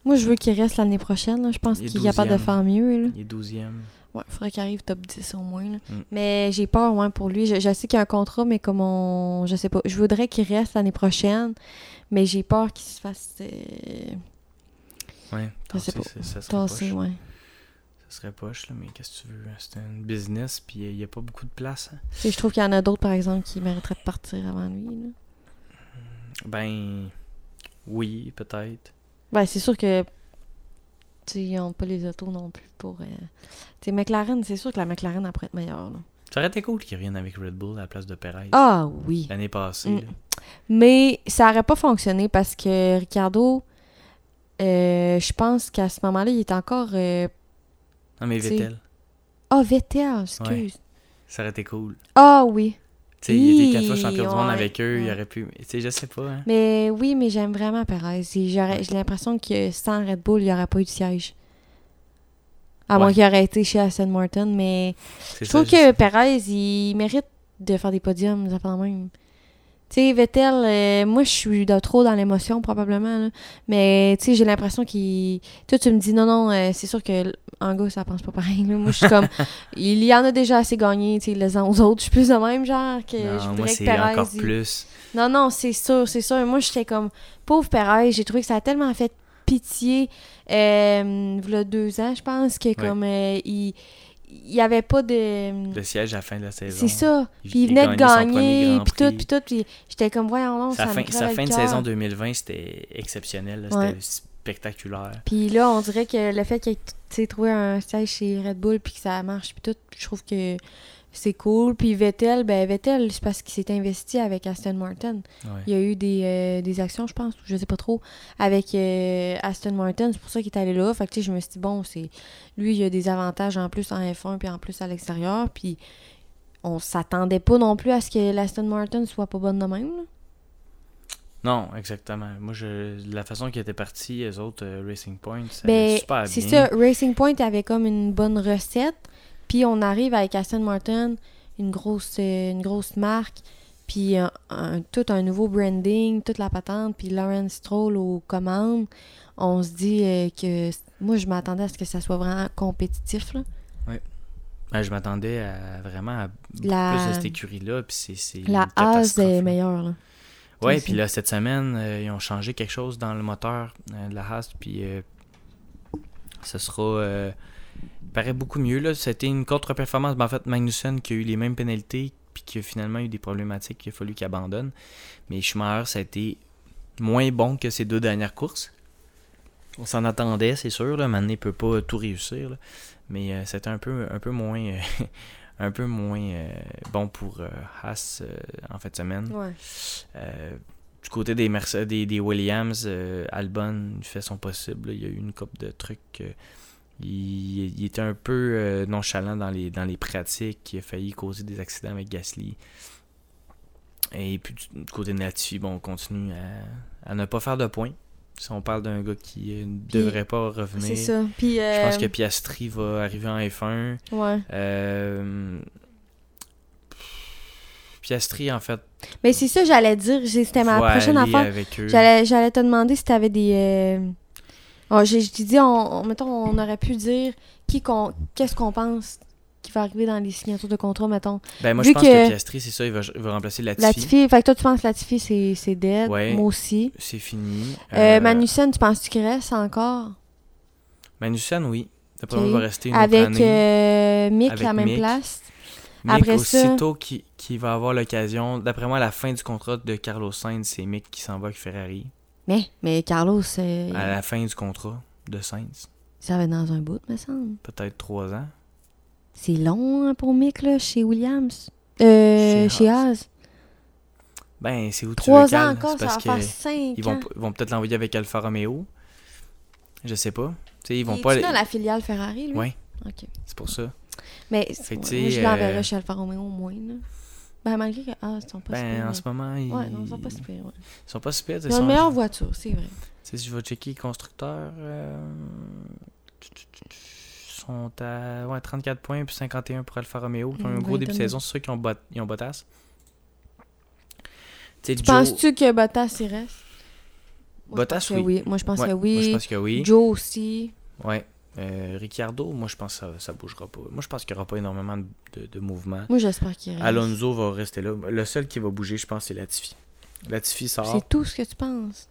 [SPEAKER 2] Moi, je veux qu'il reste l'année prochaine. là. Je pense
[SPEAKER 1] Il est
[SPEAKER 2] qu'il est capable de
[SPEAKER 1] 12e.
[SPEAKER 2] faire mieux. Là.
[SPEAKER 1] Il est 12e.
[SPEAKER 2] Ouais, il faudrait qu'il arrive top 10 au moins. là.
[SPEAKER 1] Mm.
[SPEAKER 2] Mais j'ai peur ouais, pour lui. Je, je sais qu'il y a un contrat, mais comme on. Je sais pas. Je voudrais qu'il reste l'année prochaine, mais j'ai peur qu'il se fasse euh,
[SPEAKER 1] Ouais,
[SPEAKER 2] Je
[SPEAKER 1] tasser,
[SPEAKER 2] sais pas.
[SPEAKER 1] c'est- ça serait
[SPEAKER 2] tasser.
[SPEAKER 1] poche.
[SPEAKER 2] Ouais.
[SPEAKER 1] Ça serait poche, là, mais qu'est-ce que tu veux? hein? C'est un business, puis euh, il n'y a pas beaucoup de place. hein.
[SPEAKER 2] Tu sais, Je trouve qu'il y en a d'autres, par exemple, qui mériteraient de partir avant lui. là.
[SPEAKER 1] Ben, oui, peut-être.
[SPEAKER 2] Ben, c'est sûr que. Tu sais, ils n'ont pas les autos non plus pour. euh, Tu sais, McLaren, c'est sûr que la McLaren, elle pourrait être meilleure. là.
[SPEAKER 1] Ça aurait été cool qu'ils reviennent avec Red Bull à la place de Perez.
[SPEAKER 2] Ah oui!
[SPEAKER 1] L'année passée,
[SPEAKER 2] Mm.
[SPEAKER 1] là.
[SPEAKER 2] Mais ça aurait pas fonctionné parce que Ricardo, euh, je pense qu'à ce moment-là, il est encore. euh,
[SPEAKER 1] Non, mais
[SPEAKER 2] Tu sais.
[SPEAKER 1] Vettel,
[SPEAKER 2] Ah, VTA, excuse.
[SPEAKER 1] ça aurait été cool.
[SPEAKER 2] Ah oui.
[SPEAKER 1] Tu sais, il était
[SPEAKER 2] Hi,
[SPEAKER 1] quatre fois champion du monde
[SPEAKER 2] ouais,
[SPEAKER 1] avec eux, il
[SPEAKER 2] ouais.
[SPEAKER 1] aurait pu... Tu sais, je sais pas, hein.
[SPEAKER 2] Mais oui, mais j'aime vraiment Perez. Et j'aurais- J'ai l'impression que sans Red Bull, il n'y aurait pas eu de siège. À
[SPEAKER 1] Ouais.
[SPEAKER 2] moins qu'il aurait été chez Aston Martin, mais
[SPEAKER 1] C'est
[SPEAKER 2] je
[SPEAKER 1] ça,
[SPEAKER 2] trouve que Perez, il mérite de faire des podiums, ça prend même. Tu sais, Vettel, euh, moi, je suis dans- trop dans l'émotion, probablement. là. Mais, tu sais, j'ai l'impression qu'il. Toi, tu me dis, non, non, euh, c'est sûr que l- en gars, ça pense pas pareil. là. Moi, je suis comme. il y en a déjà assez gagné, tu sais, les uns aux autres. Je suis plus de même, genre, que
[SPEAKER 1] Non,
[SPEAKER 2] Euh, je
[SPEAKER 1] moi,
[SPEAKER 2] voudrais que
[SPEAKER 1] c'est
[SPEAKER 2] Perez.
[SPEAKER 1] encore
[SPEAKER 2] il-
[SPEAKER 1] plus.
[SPEAKER 2] Non, non, c'est sûr, c'est sûr. Et Moi, j'étais comme. Pauvre Perez, j'ai trouvé que ça a tellement fait pitié. Euh, voilà deux ans, je pense, que comme. euh, il il y avait pas de.
[SPEAKER 1] Le siège à la fin de la saison.
[SPEAKER 2] C'est ça.
[SPEAKER 1] Il-
[SPEAKER 2] Puis il
[SPEAKER 1] il
[SPEAKER 2] venait de
[SPEAKER 1] gagnait son
[SPEAKER 2] gagner,
[SPEAKER 1] premier Grand
[SPEAKER 2] puis tout,
[SPEAKER 1] Prix.
[SPEAKER 2] puis tout. Puis j'étais comme, voyons donc,
[SPEAKER 1] Sa
[SPEAKER 2] ça
[SPEAKER 1] fin,
[SPEAKER 2] me
[SPEAKER 1] sa
[SPEAKER 2] crevait
[SPEAKER 1] fin
[SPEAKER 2] le
[SPEAKER 1] de
[SPEAKER 2] cœur.
[SPEAKER 1] saison 2020, c'était exceptionnel. là.
[SPEAKER 2] Ouais.
[SPEAKER 1] C'était spectaculaire.
[SPEAKER 2] Puis là, on dirait que le fait qu'il ait tu sais, trouvé un siège chez Red Bull, puis que ça marche, puis tout, je trouve que c'est cool. Puis Vettel, ben Vettel, c'est parce qu'il s'est investi avec Aston Martin.
[SPEAKER 1] Ouais.
[SPEAKER 2] Il y a eu des, euh, des actions, je pense, ou je sais pas trop, avec euh, Aston Martin. C'est pour ça qu'il est allé là. Fait que tu sais, je me suis dit, bon, c'est lui, il a des avantages en plus en F1 puis en plus à l'extérieur. Puis on s'attendait pas non plus à ce que l'Aston Martin soit pas bonne de même. là.
[SPEAKER 1] Non, exactement. Moi, je, de la façon qu'ils étaient partis, les autres, euh, Racing Point, ça allait
[SPEAKER 2] Ben,
[SPEAKER 1] super bien.
[SPEAKER 2] c'est ça. Racing Point avait comme une bonne recette. Puis on arrive avec Aston Martin, une grosse, euh, une grosse marque. Puis un- un- tout un nouveau branding, toute la patente. Puis Lawrence Stroll aux commandes. On se dit euh, que. Moi, je m'attendais à ce que ça soit vraiment compétitif. là.
[SPEAKER 1] Ben, je m'attendais à vraiment à beaucoup
[SPEAKER 2] La-
[SPEAKER 1] plus de cette écurie-là. Puis c'est, c'est
[SPEAKER 2] La
[SPEAKER 1] une
[SPEAKER 2] Haas
[SPEAKER 1] catastrophe,
[SPEAKER 2] est
[SPEAKER 1] là.
[SPEAKER 2] meilleure. là.
[SPEAKER 1] Ouais,
[SPEAKER 2] aussi.
[SPEAKER 1] puis là, cette semaine, euh, ils ont changé quelque chose dans le moteur euh, de la Haas. Puis euh, ce sera. euh, paraît beaucoup mieux. Là. C'était une contre-performance. Ben, en fait, Magnussen qui a eu les mêmes pénalités. Puis qui a finalement eu des problématiques qu'il a fallu qu'il abandonne. Mais Schumacher, ça a été moins bon que ses deux dernières courses. On s'en attendait, c'est sûr. Là. Mané peut pas tout réussir. là. Mais euh, c'était un peu, un peu moins. euh, un peu moins euh, bon pour euh, Haas euh, en fin de semaine. Euh, du côté des, Merce- des, des Williams, euh, Albon fait son possible. là. Il y a eu une coupe de trucs. euh, il, il était un peu euh, nonchalant dans les, dans les pratiques. Il a failli causer des accidents avec Gasly. Et puis du, du côté de Latifi, bon, on continue à, à ne pas faire de points. Si on parle d'un gars qui euh, ne
[SPEAKER 2] Puis,
[SPEAKER 1] devrait pas revenir,
[SPEAKER 2] C'est ça. Puis.
[SPEAKER 1] je pense
[SPEAKER 2] euh,
[SPEAKER 1] que Piastri va arriver en F1.
[SPEAKER 2] ouais.
[SPEAKER 1] Euh, Piastri, en fait,
[SPEAKER 2] Mais c'est ça, j'allais dire. j'ai- C'était ma
[SPEAKER 1] va
[SPEAKER 2] prochaine
[SPEAKER 1] aller
[SPEAKER 2] affaire.
[SPEAKER 1] avec eux.
[SPEAKER 2] J'allais, j'allais te demander si tu avais des. euh, oh, j'ai, je t'ai dit, on, on- mettons, on aurait pu dire qui qu'on, qu'est-ce qu'on pense qui va arriver dans les signatures de contrat, mettons.
[SPEAKER 1] Ben, moi,
[SPEAKER 2] Vu
[SPEAKER 1] je pense que,
[SPEAKER 2] que-
[SPEAKER 1] Piastri, c'est ça, il va, il va remplacer Latifi.
[SPEAKER 2] Latifi, fait que toi, tu penses que Latifi, c'est, c'est dead.
[SPEAKER 1] Ouais.
[SPEAKER 2] Moi aussi.
[SPEAKER 1] C'est fini.
[SPEAKER 2] Euh,
[SPEAKER 1] Euh,
[SPEAKER 2] Magnussen, tu penses qu'il reste encore
[SPEAKER 1] Magnussen, oui. D'après
[SPEAKER 2] Ok.
[SPEAKER 1] moi, il va rester une
[SPEAKER 2] Avec
[SPEAKER 1] autre année.
[SPEAKER 2] euh, Mick
[SPEAKER 1] Avec
[SPEAKER 2] à la même
[SPEAKER 1] Mick.
[SPEAKER 2] place
[SPEAKER 1] Mick,
[SPEAKER 2] après ça-
[SPEAKER 1] aussitôt qui, qui va avoir l'occasion, d'après moi, à la fin du contrat de Carlos Sainz, c'est Mick qui s'en va avec Ferrari.
[SPEAKER 2] Mais, mais Carlos, euh,
[SPEAKER 1] À la fin du contrat de Sainz,
[SPEAKER 2] ça va être dans un bout, me semble.
[SPEAKER 1] peut-être trois ans.
[SPEAKER 2] C'est long hein, pour Mick, là, chez Williams.
[SPEAKER 1] Chez
[SPEAKER 2] Euh, chez Haas.
[SPEAKER 1] Ben, c'est où tu
[SPEAKER 2] Trois
[SPEAKER 1] le
[SPEAKER 2] ans
[SPEAKER 1] cales,
[SPEAKER 2] encore,
[SPEAKER 1] c'est
[SPEAKER 2] ça va
[SPEAKER 1] parce
[SPEAKER 2] faire
[SPEAKER 1] que
[SPEAKER 2] cinq
[SPEAKER 1] ils
[SPEAKER 2] ans.
[SPEAKER 1] vont, ils vont peut-être l'envoyer avec Alfa Romeo. Je sais pas. Tu sais, ils vont
[SPEAKER 2] Il
[SPEAKER 1] pas.
[SPEAKER 2] est-tu dans la filiale Ferrari, lui?
[SPEAKER 1] Ouais.
[SPEAKER 2] OK.
[SPEAKER 1] C'est pour ça.
[SPEAKER 2] Mais
[SPEAKER 1] Fait que,
[SPEAKER 2] ouais,
[SPEAKER 1] tu sais,
[SPEAKER 2] moi, je l'enverrai
[SPEAKER 1] euh,
[SPEAKER 2] chez Alfa Romeo au moins. Là. Ben, malgré que. Ah, ils sont pas si
[SPEAKER 1] Ben,
[SPEAKER 2] pires,
[SPEAKER 1] en ce moment, ils,
[SPEAKER 2] Ouais, Ouais, non, ils sont pas si pires. ouais.
[SPEAKER 1] ils sont pas si pires,
[SPEAKER 2] Ils
[SPEAKER 1] ils
[SPEAKER 2] ont
[SPEAKER 1] sont-
[SPEAKER 2] une meilleure voiture, c'est vrai.
[SPEAKER 1] Tu sais, si je vais checker les constructeurs, euh, ils sont à ouais, 34 points puis 51 pour Alfa Romeo. Ils ont eu un
[SPEAKER 2] Mm,
[SPEAKER 1] gros début de
[SPEAKER 2] 22.
[SPEAKER 1] saison, c'est sûr qu'ils ont, Bot- ils ont Bottas. Tu sais, Joe-
[SPEAKER 2] Tu penses-tu que Bottas il reste Moi, je
[SPEAKER 1] Bottas,
[SPEAKER 2] pense que
[SPEAKER 1] oui.
[SPEAKER 2] Moi, je pense
[SPEAKER 1] Ouais,
[SPEAKER 2] que
[SPEAKER 1] Moi, je
[SPEAKER 2] oui.
[SPEAKER 1] pense que oui.
[SPEAKER 2] Joe aussi.
[SPEAKER 1] Ouais. Euh, Ricciardo, moi, je pense que ça, ça bougera pas. Moi, je pense qu'il n'y aura pas énormément de, de- de mouvement.
[SPEAKER 2] Moi, j'espère qu'il reste.
[SPEAKER 1] Alonso va rester là. Le seul qui va bouger, je pense, c'est Latifi. Latifi sort.
[SPEAKER 2] C'est tout ce que tu penses.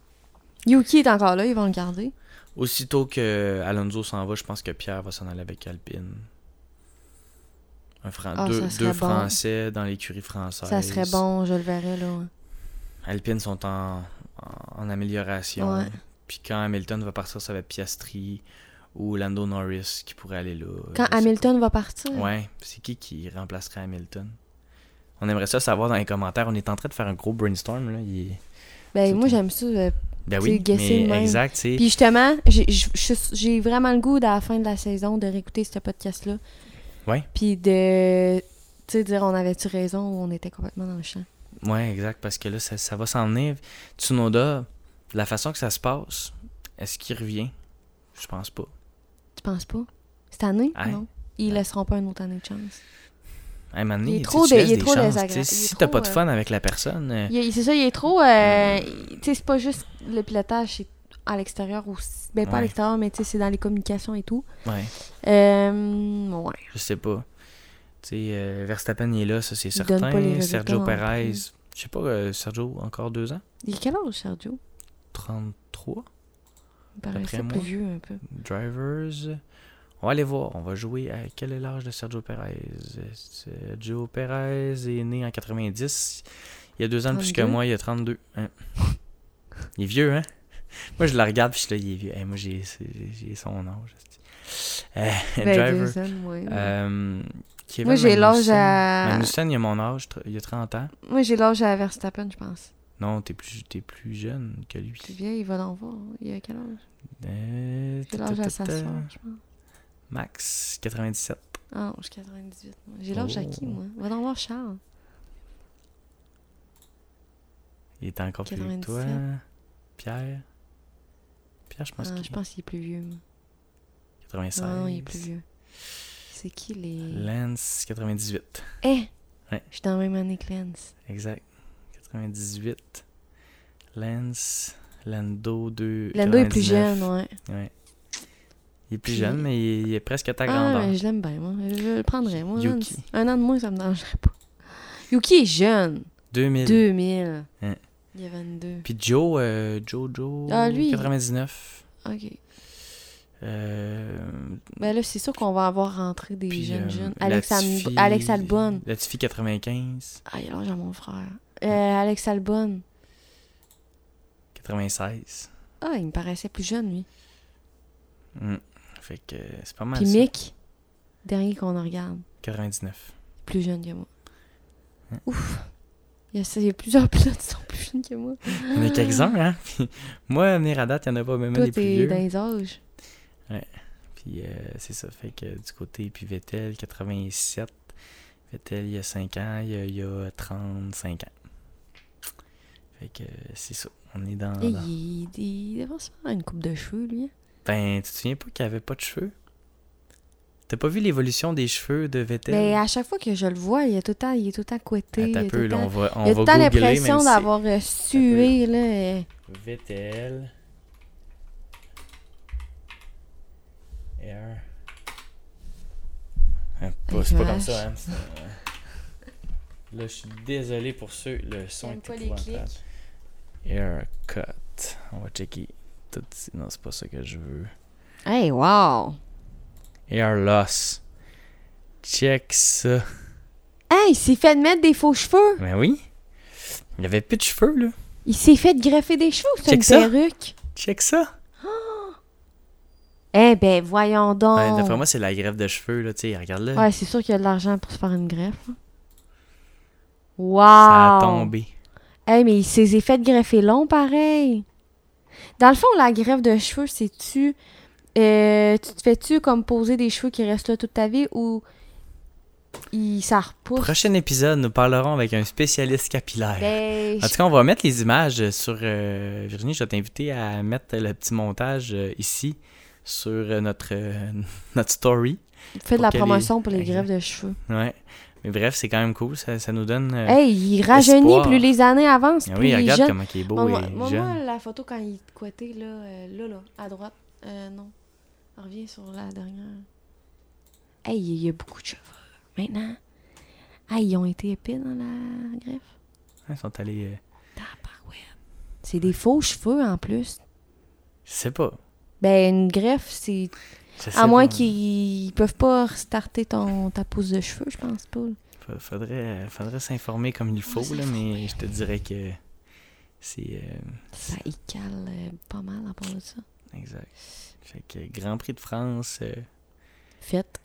[SPEAKER 2] Yuki est encore là, ils vont le garder.
[SPEAKER 1] Aussitôt que Alonso s'en va, je pense que Pierre va s'en aller avec Alpine. Un Fran-
[SPEAKER 2] Ah,
[SPEAKER 1] deux
[SPEAKER 2] ça serait
[SPEAKER 1] deux
[SPEAKER 2] bon.
[SPEAKER 1] Français dans l'écurie française.
[SPEAKER 2] Ça serait bon, je le verrais, là. ouais.
[SPEAKER 1] Alpine sont en, en amélioration.
[SPEAKER 2] Ouais.
[SPEAKER 1] Puis quand Hamilton va partir, ça va être Piastri ou Lando Norris qui pourrait aller là.
[SPEAKER 2] Quand
[SPEAKER 1] Je sais
[SPEAKER 2] Hamilton va partir.
[SPEAKER 1] pas. Ouais, c'est qui qui remplacerait Hamilton On aimerait ça savoir dans les commentaires. On est en train de faire un gros brainstorm. Là. il est-
[SPEAKER 2] Ben,
[SPEAKER 1] C'est
[SPEAKER 2] moi,
[SPEAKER 1] tout.
[SPEAKER 2] j'aime ça. euh,
[SPEAKER 1] Ben
[SPEAKER 2] C'est
[SPEAKER 1] oui,
[SPEAKER 2] guesser de
[SPEAKER 1] mais
[SPEAKER 2] même.
[SPEAKER 1] exact. c'est
[SPEAKER 2] Puis justement, j'ai- j- je- j'ai vraiment le goût, à la fin de la saison, de réécouter ce podcast-là.
[SPEAKER 1] Ouais.
[SPEAKER 2] Puis de, tu sais, dire on avait-tu raison ou on était complètement dans le champ.
[SPEAKER 1] Ouais, exact, parce que là, ça, ça va s'en venir. Tsunoda, la façon que ça se passe, est-ce qu'il revient Je pense pas.
[SPEAKER 2] Tu penses pas? Cette année?
[SPEAKER 1] Hein?
[SPEAKER 2] Non. Ils
[SPEAKER 1] Hein?
[SPEAKER 2] laisseront pas une autre année de chance.
[SPEAKER 1] Hey, un moment donné,
[SPEAKER 2] Il est
[SPEAKER 1] tu sais,
[SPEAKER 2] trop
[SPEAKER 1] tu
[SPEAKER 2] dé-
[SPEAKER 1] laisses
[SPEAKER 2] il est
[SPEAKER 1] des
[SPEAKER 2] trop
[SPEAKER 1] chances,
[SPEAKER 2] désagréable.
[SPEAKER 1] tu sais,
[SPEAKER 2] Il est
[SPEAKER 1] Si t'as
[SPEAKER 2] trop,
[SPEAKER 1] pas de
[SPEAKER 2] euh,
[SPEAKER 1] fun avec la personne, euh,
[SPEAKER 2] Il- C'est ça, il est trop. euh, Tu sais, c'est pas juste le pilotage, c'est à l'extérieur aussi. Ben, pas à
[SPEAKER 1] Ouais.
[SPEAKER 2] l'extérieur, mais tu sais, c'est dans les communications et tout.
[SPEAKER 1] ouais,
[SPEAKER 2] Euh, ouais.
[SPEAKER 1] je sais pas. Tu sais, euh, Verstappen il est là, ça c'est
[SPEAKER 2] Il donne pas les
[SPEAKER 1] certain.
[SPEAKER 2] résultats
[SPEAKER 1] Sergio
[SPEAKER 2] non
[SPEAKER 1] Perez,
[SPEAKER 2] plus.
[SPEAKER 1] je sais pas, euh, Sergio, encore deux ans
[SPEAKER 2] Il est quel âge, Sergio?
[SPEAKER 1] 33
[SPEAKER 2] Il paraissait
[SPEAKER 1] D'après
[SPEAKER 2] plus
[SPEAKER 1] moi.
[SPEAKER 2] vieux un peu.
[SPEAKER 1] Drivers. On va aller voir, on va jouer à quel est l'âge de Sergio Perez. Sergio Perez est né en 90. Il y a deux ans de plus que
[SPEAKER 2] 32?
[SPEAKER 1] moi, il a 32. hein. Il est vieux, hein? Moi, je le regarde, puis je suis là, il est vieux. Hey, moi, j'ai c'est- j'ai- j'ai son âge. esti. Euh, Driver.
[SPEAKER 2] Ben, deux ans, ouais.
[SPEAKER 1] Euh, Kevin
[SPEAKER 2] Moi, j'ai l'âge
[SPEAKER 1] Magnussen.
[SPEAKER 2] à.
[SPEAKER 1] Magnussen, il a mon âge, tr- il a 30 ans.
[SPEAKER 2] Moi, j'ai l'âge à Verstappen, je pense.
[SPEAKER 1] Non, t'es plus, t'es plus jeune que lui.
[SPEAKER 2] Plus vieille, il va l'en voir. Il a quel âge?
[SPEAKER 1] Euh,
[SPEAKER 2] J'ai l'âge à sa
[SPEAKER 1] ta- ta- ta-
[SPEAKER 2] soeur, je pense.
[SPEAKER 1] Max, 97.
[SPEAKER 2] Ah, non, j'ai 98. moi. J'ai l'âge à qui,
[SPEAKER 1] Oh.
[SPEAKER 2] moi? Va l'en voir Charles.
[SPEAKER 1] Il est encore plus vieux que toi. Pierre. Pierre, je pense
[SPEAKER 2] Ah,
[SPEAKER 1] qu'il
[SPEAKER 2] je pense qu'il est plus vieux. moi.
[SPEAKER 1] 96.
[SPEAKER 2] Non, non, il est plus vieux. C'est qui les.
[SPEAKER 1] Lance, 98.
[SPEAKER 2] Eh!
[SPEAKER 1] Ouais.
[SPEAKER 2] Je suis dans la même année que Lance.
[SPEAKER 1] Exact. 98. Lance, Lando, 2.
[SPEAKER 2] Lando est plus jeune, ouais.
[SPEAKER 1] Ouais. Il est plus
[SPEAKER 2] Puis-
[SPEAKER 1] jeune, mais il, il est presque à ta
[SPEAKER 2] Ah,
[SPEAKER 1] grandeur.
[SPEAKER 2] mais je l'aime bien, moi. Je le prendrais, moi.
[SPEAKER 1] Yuki.
[SPEAKER 2] Lance. Un an de moins, ça me dérangerait pas. Yuki est jeune.
[SPEAKER 1] 2000.
[SPEAKER 2] 2000.
[SPEAKER 1] Hein.
[SPEAKER 2] Il y a 22.
[SPEAKER 1] Puis Joe, euh, Joe, Joe,
[SPEAKER 2] Ah, lui.
[SPEAKER 1] 99.
[SPEAKER 2] Ok.
[SPEAKER 1] Euh,
[SPEAKER 2] Ben là, c'est sûr qu'on va avoir rentré des
[SPEAKER 1] puis,
[SPEAKER 2] jeunes
[SPEAKER 1] euh,
[SPEAKER 2] jeunes. Alex, Am-
[SPEAKER 1] Latifi-
[SPEAKER 2] Alex Albon.
[SPEAKER 1] Latifi, 95.
[SPEAKER 2] Ah, il a l'âge à mon frère. Euh, Alex Albon.
[SPEAKER 1] 96.
[SPEAKER 2] Ah, il me paraissait plus jeune, lui.
[SPEAKER 1] Hmm. Fait que euh, c'est pas mal.
[SPEAKER 2] Puis
[SPEAKER 1] ça.
[SPEAKER 2] Mick, dernier qu'on regarde,
[SPEAKER 1] 99.
[SPEAKER 2] plus jeune que moi.
[SPEAKER 1] Hein?
[SPEAKER 2] Ouf. Il y, a, ça- il y a plusieurs pilotes qui sont plus jeunes que moi.
[SPEAKER 1] Il y en a quelques-uns, hein? Puis, moi, à venir à date, il n'y en a pas, même
[SPEAKER 2] Toi,
[SPEAKER 1] les plus
[SPEAKER 2] t'es
[SPEAKER 1] vieux.
[SPEAKER 2] dans les âges.
[SPEAKER 1] Puis euh, c'est ça, fait que du côté, puis Vettel, 87. Vettel, il y a 5 ans, il y a, il y a 35 ans. Fait que euh, c'est ça, on est dans...
[SPEAKER 2] Et
[SPEAKER 1] dans-
[SPEAKER 2] Eh, il, il devrait se faire une coupe de cheveux, lui. hein.
[SPEAKER 1] Ben, tu te souviens pas qu'il avait pas de cheveux? T'as pas vu l'évolution des cheveux de Vettel?
[SPEAKER 2] Mais à chaque fois que je le vois, il est tout le temps, il est tout le temps
[SPEAKER 1] Attends
[SPEAKER 2] couetté.
[SPEAKER 1] un
[SPEAKER 2] Ben, il est tout
[SPEAKER 1] peu,
[SPEAKER 2] le
[SPEAKER 1] là, on
[SPEAKER 2] temps,
[SPEAKER 1] va, on
[SPEAKER 2] il
[SPEAKER 1] va
[SPEAKER 2] a tout le
[SPEAKER 1] googler,
[SPEAKER 2] temps
[SPEAKER 1] même
[SPEAKER 2] l'impression
[SPEAKER 1] si-
[SPEAKER 2] d'avoir euh, sué, là. euh,
[SPEAKER 1] Vettel. Air. Ah, pas- C'est pas comme ça, hein. c'est- Là, je suis désolé pour ceux. Le son
[SPEAKER 2] J'aime
[SPEAKER 1] est
[SPEAKER 2] pas les
[SPEAKER 1] épouvantable. Aircut. On va checker. Tout... de suite. Non, c'est pas ça que je veux.
[SPEAKER 2] Hey, wow!
[SPEAKER 1] Air loss. Check ça.
[SPEAKER 2] Hey, il s'est fait mettre des faux cheveux!
[SPEAKER 1] Ben oui. Il y avait plus de cheveux, là.
[SPEAKER 2] Il s'est fait greffer des cheveux, c'est
[SPEAKER 1] Check
[SPEAKER 2] une
[SPEAKER 1] ça.
[SPEAKER 2] perruque!
[SPEAKER 1] Check ça.
[SPEAKER 2] Eh ben, voyons donc!
[SPEAKER 1] Ouais, D'après moi, c'est la grève de cheveux, là. Tu sais, regarde là.
[SPEAKER 2] Ouais, c'est sûr qu'il y a de l'argent pour se faire une greffe. là. Wow!
[SPEAKER 1] Ça a tombé.
[SPEAKER 2] Hey, mais il s'est fait greffer long, pareil! Dans le fond, la greffe de cheveux, c'est-tu... euh, tu te fais-tu comme poser des cheveux qui restent là toute ta vie ou il, ça repousse?
[SPEAKER 1] Prochain épisode, nous parlerons avec un spécialiste capillaire.
[SPEAKER 2] Ben,
[SPEAKER 1] En tout cas, on va mettre les images sur. euh, Virginie, je vais t'inviter à mettre le petit montage euh, ici sur euh, notre, euh, notre story.
[SPEAKER 2] fais de la
[SPEAKER 1] pour que les-
[SPEAKER 2] promotion pour les
[SPEAKER 1] Exact.
[SPEAKER 2] greffes de cheveux.
[SPEAKER 1] Ouais. Mais bref, c'est quand même cool. Ça, ça nous donne. euh,
[SPEAKER 2] Hey, il rajeunit,
[SPEAKER 1] espoir.
[SPEAKER 2] plus les années avancent.
[SPEAKER 1] ah
[SPEAKER 2] plus
[SPEAKER 1] oui,
[SPEAKER 2] il est
[SPEAKER 1] regarde
[SPEAKER 2] jeune.
[SPEAKER 1] comment il est beau
[SPEAKER 2] Moi,
[SPEAKER 1] et
[SPEAKER 2] moi-
[SPEAKER 1] jeune.
[SPEAKER 2] moi, la photo quand il est de côté, là, euh, là, là, à droite. Euh, non. Reviens sur la dernière. Hey, il y a beaucoup de cheveux. Maintenant. Ah, ils ont été épais dans la greffe.
[SPEAKER 1] Ils sont allés. euh,
[SPEAKER 2] Tabarouette. C'est des faux cheveux en plus.
[SPEAKER 1] je sais pas.
[SPEAKER 2] Ben, une greffe, c'est.
[SPEAKER 1] Je sais
[SPEAKER 2] À moins
[SPEAKER 1] pas.
[SPEAKER 2] qu'ils ils peuvent pas restarter ton, ta pousse de cheveux, je pense, Paul.
[SPEAKER 1] Fa- Faudrait, euh, faudrait s'informer comme il faut, là, mais je te dirais que c'est. euh,
[SPEAKER 2] Ça, il cale euh, pas mal à part de ça.
[SPEAKER 1] exact. Fait que Grand Prix de France, euh,
[SPEAKER 2] Faites.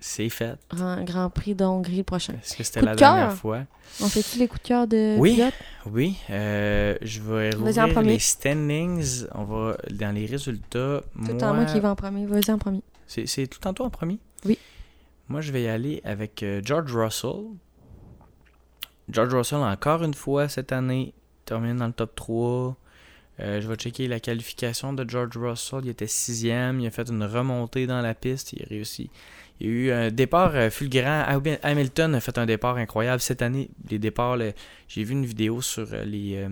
[SPEAKER 1] c'est fait.
[SPEAKER 2] Grand, Grand Prix d'Hongrie le prochain.
[SPEAKER 1] Parce que c'était
[SPEAKER 2] Coup
[SPEAKER 1] la
[SPEAKER 2] de cœur.
[SPEAKER 1] dernière fois.
[SPEAKER 2] On fait-tu les coups de cœur de
[SPEAKER 1] Oui.
[SPEAKER 2] pilote?
[SPEAKER 1] Oui, euh, je vais
[SPEAKER 2] Vas-y en
[SPEAKER 1] rouvrir
[SPEAKER 2] premier.
[SPEAKER 1] les standings. On va dans les résultats.
[SPEAKER 2] Tout
[SPEAKER 1] moi,
[SPEAKER 2] en moi qui va en premier. Vas-y en premier.
[SPEAKER 1] C'est, c'est tout en toi en premier?
[SPEAKER 2] Oui.
[SPEAKER 1] Moi, je vais y aller avec euh, George Russell. George Russell, encore une fois, cette année, termine dans le top 3. Euh, je vais checker la qualification de George Russell. Il était sixième. Il a fait une remontée dans la piste. Il a réussi. Il y a eu un départ euh, fulgurant. Ham- Hamilton a fait un départ incroyable cette année. Les départs, le- j'ai vu une vidéo sur euh, les, euh,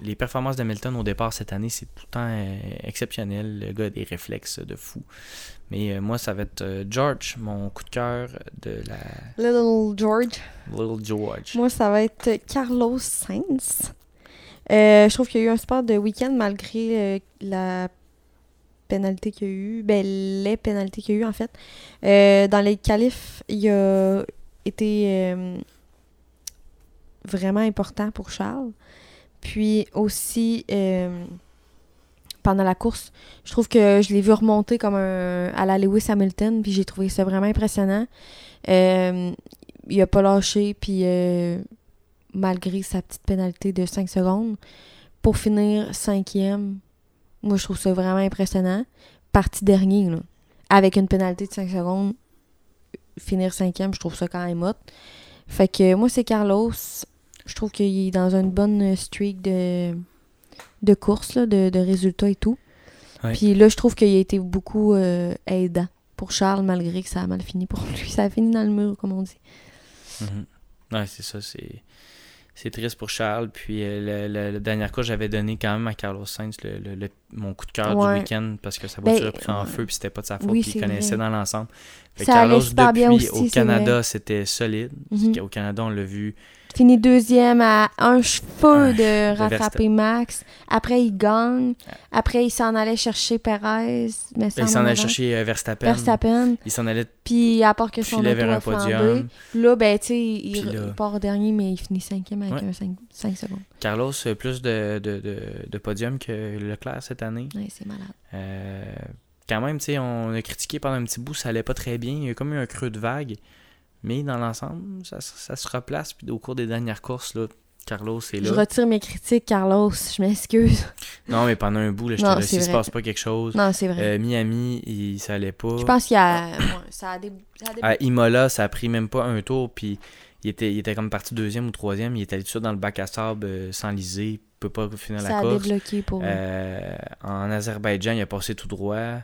[SPEAKER 1] les performances d'Hamilton au départ cette année. C'est tout le temps euh, exceptionnel. Le gars a des réflexes de fou. Mais euh, moi, ça va être euh, George, mon coup de cœur de la
[SPEAKER 2] Little George.
[SPEAKER 1] Little George.
[SPEAKER 2] Moi, ça va être Carlos Sainz. Euh, je trouve qu'il y a eu un sport de week-end malgré euh, la pénalité qu'il y a eu. Ben, les pénalités qu'il y a eu, en fait. Euh, dans les qualifs, il a été euh, vraiment important pour Charles. Puis aussi, euh, pendant la course, je trouve que je l'ai vu remonter comme un, à la Lewis Hamilton, puis j'ai trouvé ça vraiment impressionnant. Euh, il a pas lâché, puis euh, malgré sa petite pénalité de 5 secondes, pour finir cinquième, moi je trouve ça vraiment impressionnant. Parti dernier, là, avec une pénalité de 5 secondes, finir cinquième, je trouve ça quand même hot. Fait que moi c'est Carlos, je trouve qu'il est dans une bonne streak de, de course, là, de, de résultats et tout.
[SPEAKER 1] Ouais.
[SPEAKER 2] Puis là, je trouve qu'il a été beaucoup euh, aidant pour Charles, malgré que ça a mal fini pour lui. Ça a fini dans le mur, comme on dit.
[SPEAKER 1] Mhm. Ouais, c'est ça. C'est, c'est triste pour Charles. Puis euh, le- le- la dernière course, j'avais donné quand même à Carlos Sainz le- le- le- mon coup de cœur
[SPEAKER 2] Ouais.
[SPEAKER 1] du week-end parce que sa
[SPEAKER 2] Ben,
[SPEAKER 1] voiture a pris en
[SPEAKER 2] ouais.
[SPEAKER 1] feu puis c'était pas de sa faute.
[SPEAKER 2] Oui,
[SPEAKER 1] puis il
[SPEAKER 2] c'est
[SPEAKER 1] connaissait
[SPEAKER 2] vrai.
[SPEAKER 1] dans l'ensemble. Fait que
[SPEAKER 2] Ça
[SPEAKER 1] Carlos,
[SPEAKER 2] allait super bien
[SPEAKER 1] depuis,
[SPEAKER 2] aussi,
[SPEAKER 1] au
[SPEAKER 2] c'est vrai.
[SPEAKER 1] Canada, c'était solide.
[SPEAKER 2] Mhm.
[SPEAKER 1] Au Canada, on l'a vu.
[SPEAKER 2] Finit deuxième à un cheveu
[SPEAKER 1] Un
[SPEAKER 2] de
[SPEAKER 1] Ah, de
[SPEAKER 2] rattraper
[SPEAKER 1] Verstappen.
[SPEAKER 2] Max. Après, il gagne. Après, il s'en allait chercher Perez. Mais
[SPEAKER 1] Il s'en allait chercher euh, Verstappen.
[SPEAKER 2] Verstappen.
[SPEAKER 1] Il s'en allait
[SPEAKER 2] Puis, à part que son auto
[SPEAKER 1] filer vers
[SPEAKER 2] a
[SPEAKER 1] un
[SPEAKER 2] flambé.
[SPEAKER 1] podium.
[SPEAKER 2] Là, ben, tu sais, il,
[SPEAKER 1] Puis là-
[SPEAKER 2] il part dernier, mais il finit cinquième avec
[SPEAKER 1] Ouais.
[SPEAKER 2] un 5, secondes.
[SPEAKER 1] Carlos, euh, plus de, de, de, de podiums que Leclerc cette année.
[SPEAKER 2] Ouais, c'est malade.
[SPEAKER 1] Euh, quand même, tu sais, on a critiqué pendant un petit bout, ça allait pas très bien. Il y a comme eu un creux de vague. Mais dans l'ensemble, ça, se- ça se replace. Puis au cours des dernières courses, là, Carlos est là.
[SPEAKER 2] Je retire mes critiques, Carlos. Je m'excuse.
[SPEAKER 1] Non, mais pendant un bout, là, j'étais
[SPEAKER 2] Non,
[SPEAKER 1] là,
[SPEAKER 2] c'est
[SPEAKER 1] s'il se
[SPEAKER 2] vrai.
[SPEAKER 1] passe pas quelque chose.
[SPEAKER 2] Non, c'est vrai.
[SPEAKER 1] Euh, Miami, il, ça allait pas.
[SPEAKER 2] Je pense qu'il y a... ouais, ça a des... ça a des-
[SPEAKER 1] À Imola, ça a pris même pas un tour. Puis il était, il était comme parti deuxième ou troisième. Il était allé tout ça dans le bac à sable, euh, sans liser. Il peut pas finir
[SPEAKER 2] ça
[SPEAKER 1] la
[SPEAKER 2] a
[SPEAKER 1] course.
[SPEAKER 2] débloqué pour... lui.
[SPEAKER 1] Euh, en Azerbaïdjan, il a passé tout droit,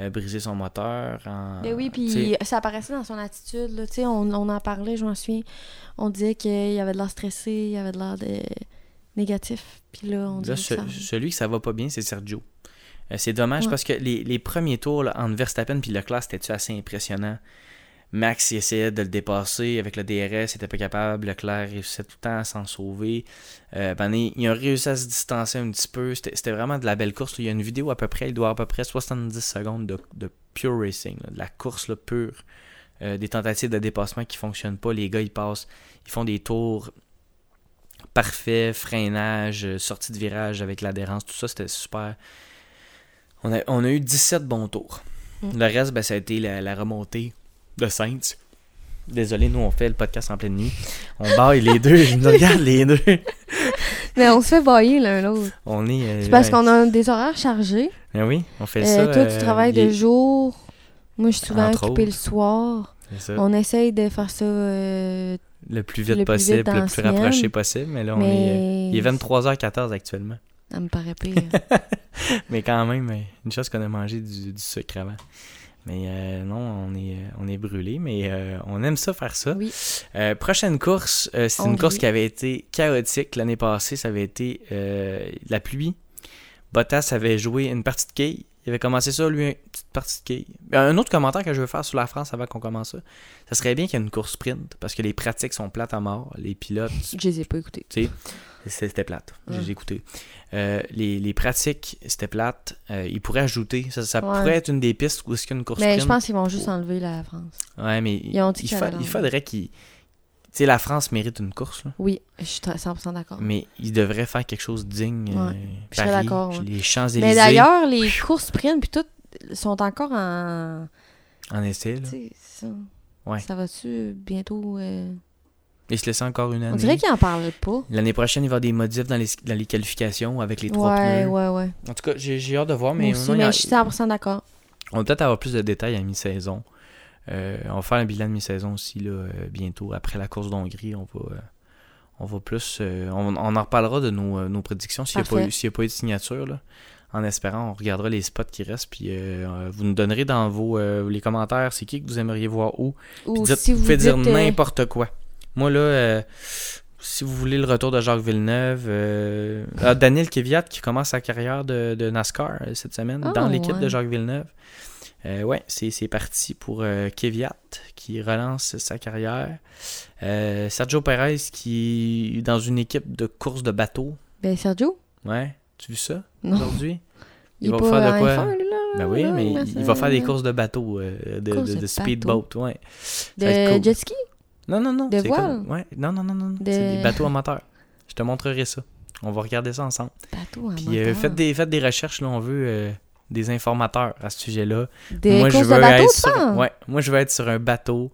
[SPEAKER 1] euh, brisé son moteur. En...
[SPEAKER 2] Ben oui,
[SPEAKER 1] Ah, tu sais,
[SPEAKER 2] puis ça apparaissait dans son attitude. Là, tu sais, on, on en parlait, je m'en souviens. On disait qu'il avait de l'air stressé, il avait de l'air de... négatif. Puis là, on
[SPEAKER 1] Là,
[SPEAKER 2] disait
[SPEAKER 1] ce-
[SPEAKER 2] que ça...
[SPEAKER 1] celui que ça va pas bien, c'est Sergio. Euh, c'est dommage
[SPEAKER 2] Ouais.
[SPEAKER 1] parce que les, les premiers tours là, entre Verstappen et Leclerc, c'était assez impressionnant. Max il essayait de le dépasser avec le DRS, il était pas capable. Leclerc réussissait tout le temps à s'en sauver. Euh, ben, ils ils ont réussi à se distancer un petit peu. C'était c'était vraiment de la belle course. là. Il y a une vidéo à peu près, il doit avoir à peu près 70 secondes de, de pure racing, là, de la course là, pure. Euh, des tentatives de dépassement qui fonctionnent pas. Les gars, ils passent, ils font des tours parfaits, freinage, euh, sortie de virage avec l'adhérence, tout ça, c'était super. On a, on a eu 17 bons tours.
[SPEAKER 2] Mm.
[SPEAKER 1] Le reste, ben, ça a été la, la remontée de Saints. Désolé, nous, on fait le podcast en pleine nuit. On baille les deux, ils nous regardent les deux.
[SPEAKER 2] Mais on se fait bailler l'un l'autre.
[SPEAKER 1] On est. euh,
[SPEAKER 2] C'est parce
[SPEAKER 1] ouais.
[SPEAKER 2] qu'on a des horaires chargés.
[SPEAKER 1] Ben oui, on fait
[SPEAKER 2] Euh,
[SPEAKER 1] ça.
[SPEAKER 2] toi,
[SPEAKER 1] euh,
[SPEAKER 2] tu travailles
[SPEAKER 1] les-
[SPEAKER 2] de jour. Moi, je suis souvent
[SPEAKER 1] Entre
[SPEAKER 2] occupée le
[SPEAKER 1] autres. Euh.
[SPEAKER 2] soir.
[SPEAKER 1] c'est ça.
[SPEAKER 2] On essaye de faire ça, euh,
[SPEAKER 1] Le plus vite
[SPEAKER 2] le plus vite
[SPEAKER 1] possible,
[SPEAKER 2] dans
[SPEAKER 1] le
[SPEAKER 2] la
[SPEAKER 1] plus
[SPEAKER 2] semaine.
[SPEAKER 1] rapproché possible. Mais là, on est. euh,
[SPEAKER 2] mais...
[SPEAKER 1] Il est 23h14 actuellement.
[SPEAKER 2] Ça me paraît pire.
[SPEAKER 1] Mais quand même, euh, une chose qu'on a mangé du, du sucre avant. Mais euh, non, on est, on est brûlé, mais euh, on aime ça faire ça.
[SPEAKER 2] Oui.
[SPEAKER 1] Euh, prochaine course, euh, c'est une
[SPEAKER 2] Hongrie.
[SPEAKER 1] course qui avait été chaotique l'année passée. Ça avait été euh, la pluie. Bottas avait joué une partie de quille. Il avait commencé ça, lui, une petite partie de quille. Euh, Un autre commentaire que je veux faire sur la France avant qu'on commence ça, ça serait bien qu'il y ait une course sprint parce que les pratiques sont plates à mort. Les pilotes,
[SPEAKER 2] Je les ai pas écoutés.
[SPEAKER 1] c'était plate. J'ai
[SPEAKER 2] Ouais.
[SPEAKER 1] écouté. Euh, les, les pratiques, c'était plate. Euh, ils pourraient ajouter. Ça, ça
[SPEAKER 2] Ouais.
[SPEAKER 1] pourrait être une des pistes où est-ce qu'une course
[SPEAKER 2] Mais
[SPEAKER 1] sprint.
[SPEAKER 2] je pense qu'ils vont juste enlever la France.
[SPEAKER 1] Ouais, mais
[SPEAKER 2] Ils ont dit
[SPEAKER 1] il,
[SPEAKER 2] qu'il y
[SPEAKER 1] fa-
[SPEAKER 2] avait
[SPEAKER 1] il
[SPEAKER 2] l'ordre.
[SPEAKER 1] faudrait qu'ils. Tu sais, la France mérite une course, là.
[SPEAKER 2] Oui, je suis très- 100% d'accord.
[SPEAKER 1] Mais ils devraient faire quelque chose de digne. euh,
[SPEAKER 2] Ah. Ouais, je serais
[SPEAKER 1] Paris,
[SPEAKER 2] d'accord,
[SPEAKER 1] puis
[SPEAKER 2] ouais.
[SPEAKER 1] Les
[SPEAKER 2] Mais
[SPEAKER 1] Champs-Élysées
[SPEAKER 2] d'ailleurs, les courses sprint puis tout sont encore en.
[SPEAKER 1] en essai. Là.
[SPEAKER 2] Tu sais, ça,
[SPEAKER 1] Ouais.
[SPEAKER 2] ça va-tu bientôt. euh,
[SPEAKER 1] Ils se laissent encore une
[SPEAKER 2] On dirait
[SPEAKER 1] année.
[SPEAKER 2] qu'ils en parlent pas.
[SPEAKER 1] L'année prochaine, il va y avoir des modifs dans les, dans les qualifications avec les trois
[SPEAKER 2] ouais,
[SPEAKER 1] pneus.
[SPEAKER 2] ouais, ouais.
[SPEAKER 1] En tout cas, j'ai j'ai hâte de voir,
[SPEAKER 2] Mais,
[SPEAKER 1] mais,
[SPEAKER 2] aussi,
[SPEAKER 1] maintenant, il y
[SPEAKER 2] mais
[SPEAKER 1] a-
[SPEAKER 2] je suis 100% d'accord.
[SPEAKER 1] on va peut-être avoir plus de détails à mi-saison. Euh, on va faire un bilan de mi-saison aussi là, euh, bientôt. Après la course d'Hongrie, on va, euh, on va plus. euh, on, on en reparlera de nos, euh, nos prédictions s'il n'y a, pas
[SPEAKER 2] Parfait.
[SPEAKER 1] eu- s'il y a pas eu de signature. là. En espérant, on regardera les spots qui restent. Puis euh, vous nous donnerez dans vos euh, les commentaires c'est qui que vous aimeriez voir où. Puis
[SPEAKER 2] Ou
[SPEAKER 1] dites-
[SPEAKER 2] si
[SPEAKER 1] vous
[SPEAKER 2] vous,
[SPEAKER 1] pouvez dire
[SPEAKER 2] dites, euh,
[SPEAKER 1] n'importe quoi. Moi, là, euh, si vous voulez le retour de Jacques Villeneuve, euh, ah, Daniel Kvyat qui commence sa carrière de, de NASCAR euh, cette semaine
[SPEAKER 2] Ah,
[SPEAKER 1] dans l'équipe
[SPEAKER 2] ouais.
[SPEAKER 1] de Jacques Villeneuve. Euh, ouais, c'est c'est parti pour euh, Kvyat qui relance sa carrière. Euh, Sergio Perez qui est dans une équipe de course de bateau.
[SPEAKER 2] Ben, Sergio?
[SPEAKER 1] Ouais, tu as vu ça
[SPEAKER 2] Non.
[SPEAKER 1] aujourd'hui? il
[SPEAKER 2] Il, est
[SPEAKER 1] va
[SPEAKER 2] pas
[SPEAKER 1] faire de
[SPEAKER 2] en
[SPEAKER 1] quoi?
[SPEAKER 2] F1, là,
[SPEAKER 1] Ben oui,
[SPEAKER 2] là,
[SPEAKER 1] mais
[SPEAKER 2] là,
[SPEAKER 1] il va
[SPEAKER 2] ça-
[SPEAKER 1] faire des courses de bateau, euh, de, de-
[SPEAKER 2] Course de
[SPEAKER 1] de
[SPEAKER 2] bateau.
[SPEAKER 1] speedboat, ouais. va être
[SPEAKER 2] De
[SPEAKER 1] cool.
[SPEAKER 2] jet ski?
[SPEAKER 1] Non, non, non.
[SPEAKER 2] De
[SPEAKER 1] c'est
[SPEAKER 2] voile?
[SPEAKER 1] comme- Ouais. Non, non, non, non. non.
[SPEAKER 2] De-
[SPEAKER 1] C'est des bateaux amateurs. Je te montrerai ça. On va regarder ça ensemble.
[SPEAKER 2] Bateau en
[SPEAKER 1] Puis euh,
[SPEAKER 2] moteur.
[SPEAKER 1] faites, des, faites des recherches, là, on veut euh, des informateurs à ce sujet-là.
[SPEAKER 2] Des
[SPEAKER 1] moi, je
[SPEAKER 2] courses
[SPEAKER 1] veux
[SPEAKER 2] de bateau,
[SPEAKER 1] être
[SPEAKER 2] tu
[SPEAKER 1] sur...
[SPEAKER 2] penses?
[SPEAKER 1] ouais, Moi, je veux être sur un bateau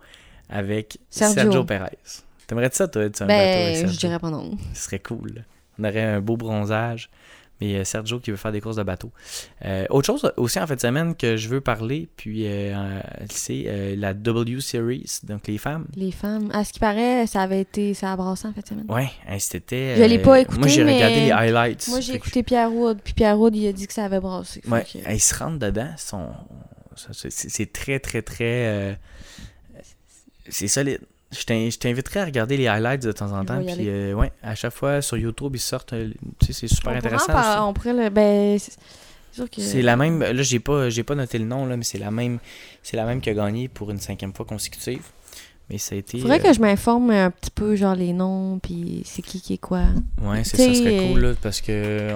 [SPEAKER 1] avec Sergio,
[SPEAKER 2] Sergio.
[SPEAKER 1] Perez. T'aimerais ça, toi, être sur un bateau avec
[SPEAKER 2] Ben,
[SPEAKER 1] Sergio?
[SPEAKER 2] je dirais pas non.
[SPEAKER 1] Ce serait cool. On aurait un beau bronzage. Mais euh, Sergio qui veut faire des courses de bateau. Euh, autre chose aussi en fin de semaine que je veux parler, puis euh, euh, c'est euh, la W Series, donc les femmes.
[SPEAKER 2] Les femmes. À ce qui paraît, ça avait été. Ça a brassé en fait, semaine.
[SPEAKER 1] Ouais, hein, c'était. euh,
[SPEAKER 2] Je l'ai pas écouté,
[SPEAKER 1] Moi, j'ai
[SPEAKER 2] mais-
[SPEAKER 1] regardé les highlights.
[SPEAKER 2] Moi, j'ai
[SPEAKER 1] Fait que-
[SPEAKER 2] écouté Pierre Wood, puis Pierre Wood, il a dit que ça avait brassé. Fait
[SPEAKER 1] Ouais,
[SPEAKER 2] que-
[SPEAKER 1] ils se rentrent dedans. sont- ça, c'est- C'est c'est très, très, très. euh, C'est solide. Je t'in- je t'inviterai à regarder les highlights de temps en
[SPEAKER 2] Je
[SPEAKER 1] temps.
[SPEAKER 2] vais y
[SPEAKER 1] Puis,
[SPEAKER 2] aller.
[SPEAKER 1] euh, ouais, à chaque fois sur YouTube, ils sortent. euh, Tu sais, c'est super
[SPEAKER 2] On pourrait en
[SPEAKER 1] intéressant.
[SPEAKER 2] parler-
[SPEAKER 1] ça.
[SPEAKER 2] on pourrait le. Ben, c'est c'est sûr que.
[SPEAKER 1] C'est la même. Là, j'ai pas, j'ai pas noté le nom, là, mais c'est la même. C'est la même qui a gagné pour une cinquième fois consécutive. Mais ça a été.
[SPEAKER 2] Faudrait
[SPEAKER 1] euh,
[SPEAKER 2] que je m'informe un petit peu, genre les noms, puis c'est qui qui est quoi.
[SPEAKER 1] Ouais, c'est
[SPEAKER 2] Tu
[SPEAKER 1] ça, ça serait
[SPEAKER 2] sais,
[SPEAKER 1] cool, là, parce que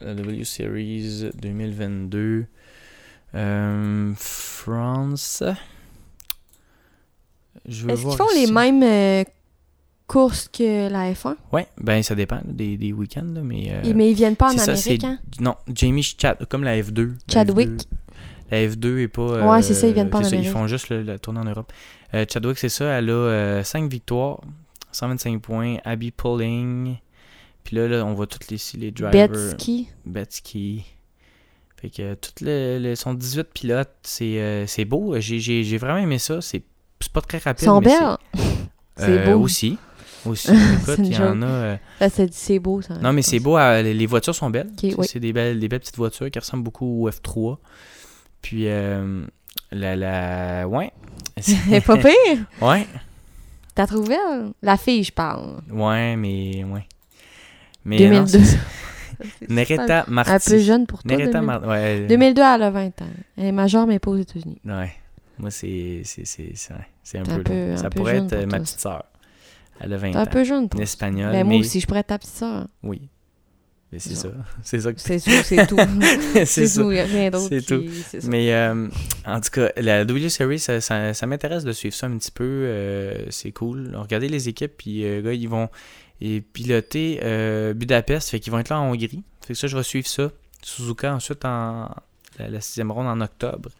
[SPEAKER 1] on- la W Series 2022, euh, France. Je veux
[SPEAKER 2] Est-ce qu'ils
[SPEAKER 1] voir
[SPEAKER 2] font les
[SPEAKER 1] ici.
[SPEAKER 2] mêmes euh, courses que la F1
[SPEAKER 1] Ouais, ben ça dépend là, des, des week-ends, là, mais. euh,
[SPEAKER 2] Et- Mais ils viennent pas en
[SPEAKER 1] c'est ça,
[SPEAKER 2] Amérique,
[SPEAKER 1] c'est-
[SPEAKER 2] hein
[SPEAKER 1] Non, Jamie Chad, comme la F2. la
[SPEAKER 2] Chadwick.
[SPEAKER 1] F2. La F2 est pas. euh,
[SPEAKER 2] Ouais, c'est ça, ils viennent pas en
[SPEAKER 1] c'est ça, Ils
[SPEAKER 2] Amérique.
[SPEAKER 1] font juste le- la tournée en Europe. Euh, Chadwick, c'est ça, elle a euh, 5 victoires, 125 points. Abby Pulling. Puis là, là, on voit toutes les, les drivers.
[SPEAKER 2] Betsky.
[SPEAKER 1] Betsky. Fait que toutes les, les- sont 18 pilotes, c'est euh, c'est beau. J'ai j'ai- j'ai vraiment aimé ça. C'est c'est pas très
[SPEAKER 2] Ils
[SPEAKER 1] rapide.
[SPEAKER 2] sont
[SPEAKER 1] mais
[SPEAKER 2] belles.
[SPEAKER 1] c'est-
[SPEAKER 2] C'est
[SPEAKER 1] euh,
[SPEAKER 2] beau.
[SPEAKER 1] Aussi. Aussi. Écoute,
[SPEAKER 2] une
[SPEAKER 1] il y en a. euh,
[SPEAKER 2] Là, c'est dit c'est beau, ça.
[SPEAKER 1] Non, mais c'est beau. euh, les les voitures sont belles.
[SPEAKER 2] Ok,
[SPEAKER 1] C'est-
[SPEAKER 2] oui.
[SPEAKER 1] C'est des belles, des belles petites voitures qui ressemblent beaucoup au F3. Puis, euh, la, la. Ouais.
[SPEAKER 2] C'est pas pire.
[SPEAKER 1] ouais.
[SPEAKER 2] T'as trouvé elle? La fille, je parle.
[SPEAKER 1] Ouais, mais. Ouais. Mais. non,
[SPEAKER 2] 2002.
[SPEAKER 1] c'est ça.
[SPEAKER 2] C'est super.
[SPEAKER 1] Neretta Marti.
[SPEAKER 2] Un peu jeune pour toi.
[SPEAKER 1] Neretta
[SPEAKER 2] 2000.
[SPEAKER 1] Mar- ouais.
[SPEAKER 2] 2002, elle a 20 ans. Elle est majeure, mais pas aux États-Unis.
[SPEAKER 1] Ouais. Moi, c'est c'est- c'est- c'est- ouais, c'est un,
[SPEAKER 2] T'es un
[SPEAKER 1] peu,
[SPEAKER 2] peu-
[SPEAKER 1] long. Ça
[SPEAKER 2] un peu
[SPEAKER 1] pourrait
[SPEAKER 2] jeune
[SPEAKER 1] être euh,
[SPEAKER 2] pour
[SPEAKER 1] ma
[SPEAKER 2] toi,
[SPEAKER 1] petite sœur. Elle a 20
[SPEAKER 2] T'es
[SPEAKER 1] ans.
[SPEAKER 2] un peu jeune
[SPEAKER 1] Une
[SPEAKER 2] pour ça.
[SPEAKER 1] espagnole.
[SPEAKER 2] Ben,
[SPEAKER 1] mais...
[SPEAKER 2] moi aussi, je pourrais être ta petite sœur.
[SPEAKER 1] Oui. Mais c'est ça.
[SPEAKER 2] Genre.
[SPEAKER 1] C'est ça que
[SPEAKER 2] C'est sûr, c'est tout.
[SPEAKER 1] c'est ça.
[SPEAKER 2] tout, y a rien d'autre.
[SPEAKER 1] C'est
[SPEAKER 2] qui- c'est ça.
[SPEAKER 1] Mais euh, en tout cas, la W Series, ça, ça- ça m'intéresse de suivre ça un petit peu. euh, c'est cool. Regardez les équipes, puis euh, gars, ils vont et piloter euh, Budapest, fait qu'ils vont être là en Hongrie. Fait que ça, je vais suivre ça. Suzuka ensuite en la, la sixième ronde en octobre.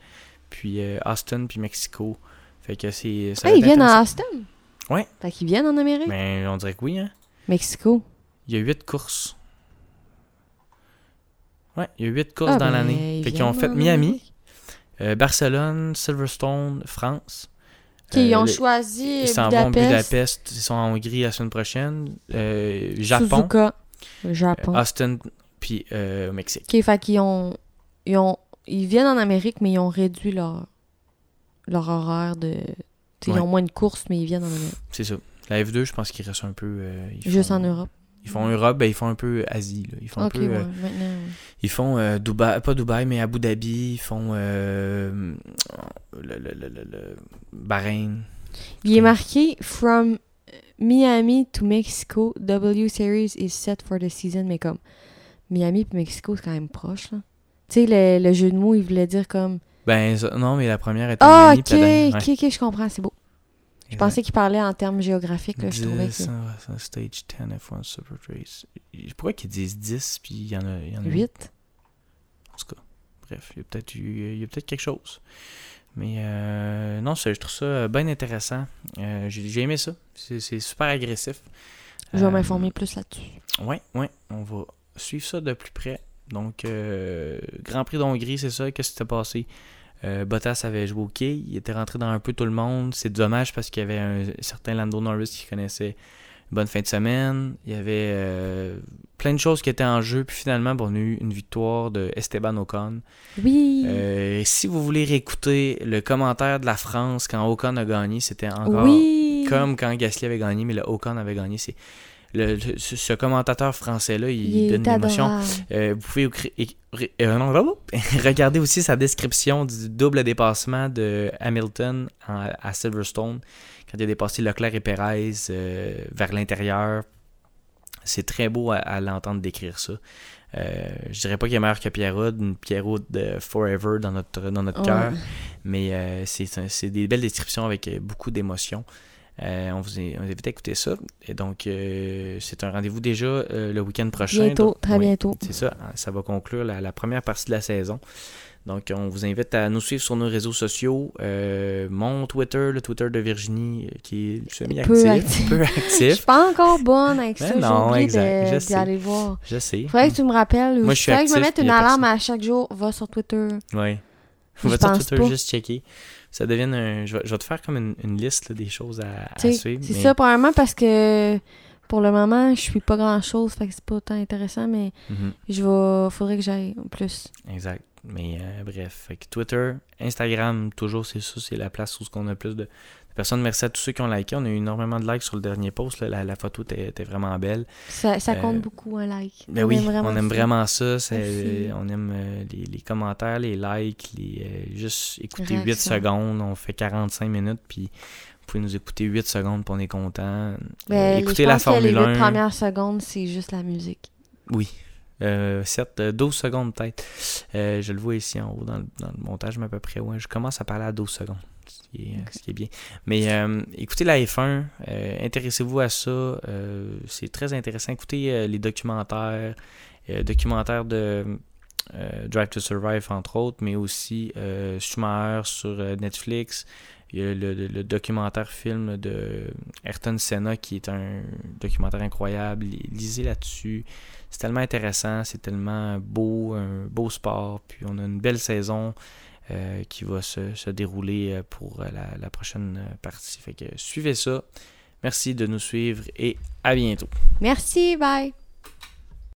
[SPEAKER 1] Puis euh, Austin, puis Mexico. Fait que c'est. ça
[SPEAKER 2] Ah,
[SPEAKER 1] va
[SPEAKER 2] ils
[SPEAKER 1] être
[SPEAKER 2] viennent
[SPEAKER 1] intéressant.
[SPEAKER 2] à Austin.
[SPEAKER 1] Ouais.
[SPEAKER 2] Fait qu'ils viennent en Amérique.
[SPEAKER 1] Mais on dirait que oui, hein.
[SPEAKER 2] Mexico.
[SPEAKER 1] Il y a huit courses. Ouais, il y a huit courses
[SPEAKER 2] Ah,
[SPEAKER 1] dans
[SPEAKER 2] ben,
[SPEAKER 1] l'année.
[SPEAKER 2] ils
[SPEAKER 1] Fait qu'ils ont
[SPEAKER 2] viennent
[SPEAKER 1] fait
[SPEAKER 2] en
[SPEAKER 1] Miami.
[SPEAKER 2] Amérique.
[SPEAKER 1] Euh, Barcelone, Silverstone, France.
[SPEAKER 2] Ok, ils
[SPEAKER 1] Euh,
[SPEAKER 2] ont
[SPEAKER 1] le-
[SPEAKER 2] choisi
[SPEAKER 1] Ils s'en vont à
[SPEAKER 2] Budapest,
[SPEAKER 1] Budapest. Ils sont en Hongrie la semaine prochaine. Euh, Japon,
[SPEAKER 2] Suzuka, le
[SPEAKER 1] euh,
[SPEAKER 2] Japon.
[SPEAKER 1] Austin, puis euh, au Mexique.
[SPEAKER 2] Ok, fait qu'ils ont, ils ont ils viennent en Amérique, mais ils ont réduit leur, leur horaire de. tu sais,
[SPEAKER 1] Ouais.
[SPEAKER 2] Ils ont moins de courses, mais ils viennent en Amérique.
[SPEAKER 1] C'est ça. La F2, je pense qu'ils restent un peu. euh, ils
[SPEAKER 2] Juste
[SPEAKER 1] font-
[SPEAKER 2] en Europe.
[SPEAKER 1] Ils font Europe, ben, ils font un peu Asie. là. Ils font
[SPEAKER 2] Ok,
[SPEAKER 1] un peu.
[SPEAKER 2] ouais,
[SPEAKER 1] euh,
[SPEAKER 2] maintenant. ouais.
[SPEAKER 1] ils font euh, Dubaï, pas Dubaï, mais Abu Dhabi. Ils font euh, le, le- le- le- le- Bahreïn.
[SPEAKER 2] Il est marqué From Miami to Mexico, W Series is set for the season, mais comme Miami puis Mexico, c'est quand même proche, là. Tu sais, le, le jeu de mots, il voulait dire comme
[SPEAKER 1] Ben ça- non, mais la première était
[SPEAKER 2] Ah,
[SPEAKER 1] Miami,
[SPEAKER 2] ok,
[SPEAKER 1] puis la dernière-
[SPEAKER 2] ok, ok, je comprends, c'est beau. Je pensais qu'il parlait en termes géographiques, là, je trouvais que.
[SPEAKER 1] 10, euh, Stage 10 F1 Super Race. Il- Pourquoi qu'ils disent 10 puis il y en a, il y en a
[SPEAKER 2] 8.
[SPEAKER 1] En tout cas, bref, il y a peut-être eu- il y a peut-être quelque chose. Mais euh, non, ça, je trouve ça bien intéressant. Euh, j'ai j'ai aimé ça. C'est c'est super agressif.
[SPEAKER 2] Je vais
[SPEAKER 1] Euh,
[SPEAKER 2] m'informer plus là-dessus.
[SPEAKER 1] Ouais, ouais, on va suivre ça de plus près. Donc, euh, Grand Prix d'Hongrie, c'est ça. Qu'est-ce qui s'est passé? Euh, Bottas avait joué au quai. Il était rentré dans un peu tout le monde. C'est dommage parce qu'il y avait un certain Lando Norris qui connaissait une bonne fin de semaine. Il y avait euh, plein de choses qui étaient en jeu. Puis finalement, bon, on a eu une victoire de Esteban Ocon.
[SPEAKER 2] Oui!
[SPEAKER 1] Euh, et si vous voulez réécouter le commentaire de la France quand Ocon a gagné, c'était encore
[SPEAKER 2] oui!
[SPEAKER 1] comme quand Gasly avait gagné, mais le Ocon avait gagné. C'est le, le- ce, ce commentateur français-là, il,
[SPEAKER 2] Il
[SPEAKER 1] donne
[SPEAKER 2] est
[SPEAKER 1] une émotion.
[SPEAKER 2] adorable.
[SPEAKER 1] Euh, vous pouvez écri- écri- euh, non, blablabla. regarder aussi sa description du double dépassement de Hamilton en- à Silverstone quand il a dépassé Leclerc et Perez euh, vers l'intérieur. C'est très beau à, à l'entendre décrire ça. Euh, je dirais pas qu'il est meilleur que Pierrot, une Pierrot de Forever dans notre, dans notre
[SPEAKER 2] Ouais.
[SPEAKER 1] cœur. Mais euh, c'est- c'est c'est des belles descriptions avec euh, beaucoup d'émotions. Euh, on, vous est- on vous invite à écouter ça. Et donc, euh, c'est un rendez-vous déjà euh, le week-end prochain.
[SPEAKER 2] Bientôt,
[SPEAKER 1] Donc,
[SPEAKER 2] très
[SPEAKER 1] oui,
[SPEAKER 2] bientôt.
[SPEAKER 1] C'est ça, hein, ça va conclure la, la première partie de la saison. Donc, on vous invite à nous suivre sur nos réseaux sociaux. euh, mon Twitter, le Twitter de Virginie, euh, qui est
[SPEAKER 2] Peu
[SPEAKER 1] semi-actif,
[SPEAKER 2] actif.
[SPEAKER 1] peu
[SPEAKER 2] Je suis
[SPEAKER 1] actif.
[SPEAKER 2] pas encore bonne avec
[SPEAKER 1] Mais
[SPEAKER 2] ça. J'ai
[SPEAKER 1] non,
[SPEAKER 2] oublié
[SPEAKER 1] exact, je
[SPEAKER 2] de-
[SPEAKER 1] sais.
[SPEAKER 2] d'y aller voir.
[SPEAKER 1] Je sais.
[SPEAKER 2] Faudrait que tu me rappelles. ou
[SPEAKER 1] Moi, je suis
[SPEAKER 2] faudrait que je me
[SPEAKER 1] actif,
[SPEAKER 2] mette
[SPEAKER 1] puis
[SPEAKER 2] une
[SPEAKER 1] y a
[SPEAKER 2] alarme à chaque jour. Va sur Twitter.
[SPEAKER 1] Ouais.
[SPEAKER 2] Je
[SPEAKER 1] On va sur
[SPEAKER 2] pense
[SPEAKER 1] Twitter
[SPEAKER 2] pas.
[SPEAKER 1] juste checker. Ça devient un. Je vais, je vais te faire comme une, une liste là, des choses à, à
[SPEAKER 2] Tu sais,
[SPEAKER 1] suivre.
[SPEAKER 2] C'est
[SPEAKER 1] mais-
[SPEAKER 2] ça, probablement parce que pour le moment, je suis pas grand chose, fait que c'est pas autant intéressant, mais
[SPEAKER 1] Mhm.
[SPEAKER 2] je vais. Faudrait que j'aille plus.
[SPEAKER 1] Exact. Mais euh, bref, Fait que Twitter, Instagram, toujours, c'est ça, c'est la place où on a plus de, de personnes. Merci à tous ceux qui ont liké. On a eu énormément de likes sur le dernier post. là. La, la photo était, était vraiment belle.
[SPEAKER 2] Ça, ça
[SPEAKER 1] Euh,
[SPEAKER 2] compte beaucoup un like.
[SPEAKER 1] Ben oui, on aime
[SPEAKER 2] ça.
[SPEAKER 1] vraiment ça. c'est-
[SPEAKER 2] Merci.
[SPEAKER 1] on aime euh, les, les commentaires, les likes, les, euh, juste écouter 8
[SPEAKER 2] Réaction.
[SPEAKER 1] secondes. On fait 45 minutes, puis vous pouvez nous écouter 8 secondes, puis on est content.
[SPEAKER 2] Ben,
[SPEAKER 1] Euh,
[SPEAKER 2] les-
[SPEAKER 1] écoutez
[SPEAKER 2] je
[SPEAKER 1] la
[SPEAKER 2] pense que
[SPEAKER 1] Formule
[SPEAKER 2] Les
[SPEAKER 1] 1.
[SPEAKER 2] huit premières secondes, c'est juste la musique.
[SPEAKER 1] Oui. Euh, 7, 12 secondes peut-être. Euh, je le vois ici en haut dans le, dans le montage, mais à peu près. Ouais, je commence à parler à 12 secondes, ce qui est, ce qui est bien. Mais euh, écoutez la F1, euh, intéressez-vous à ça. euh, c'est très intéressant. Écoutez euh, les documentaires, euh, documentaires de euh, Drive to Survive, entre autres, mais aussi euh, Schumacher sur euh, Netflix. Il y a le, le- le documentaire film de Ayrton Senna qui est un documentaire incroyable. Lisez là-dessus. C'est tellement intéressant, c'est tellement beau, un beau sport. Puis on a une belle saison euh, qui va se, se dérouler euh, pour euh, la, la prochaine euh, partie. Fait que suivez ça. Merci de nous suivre et à bientôt.
[SPEAKER 2] Merci, bye!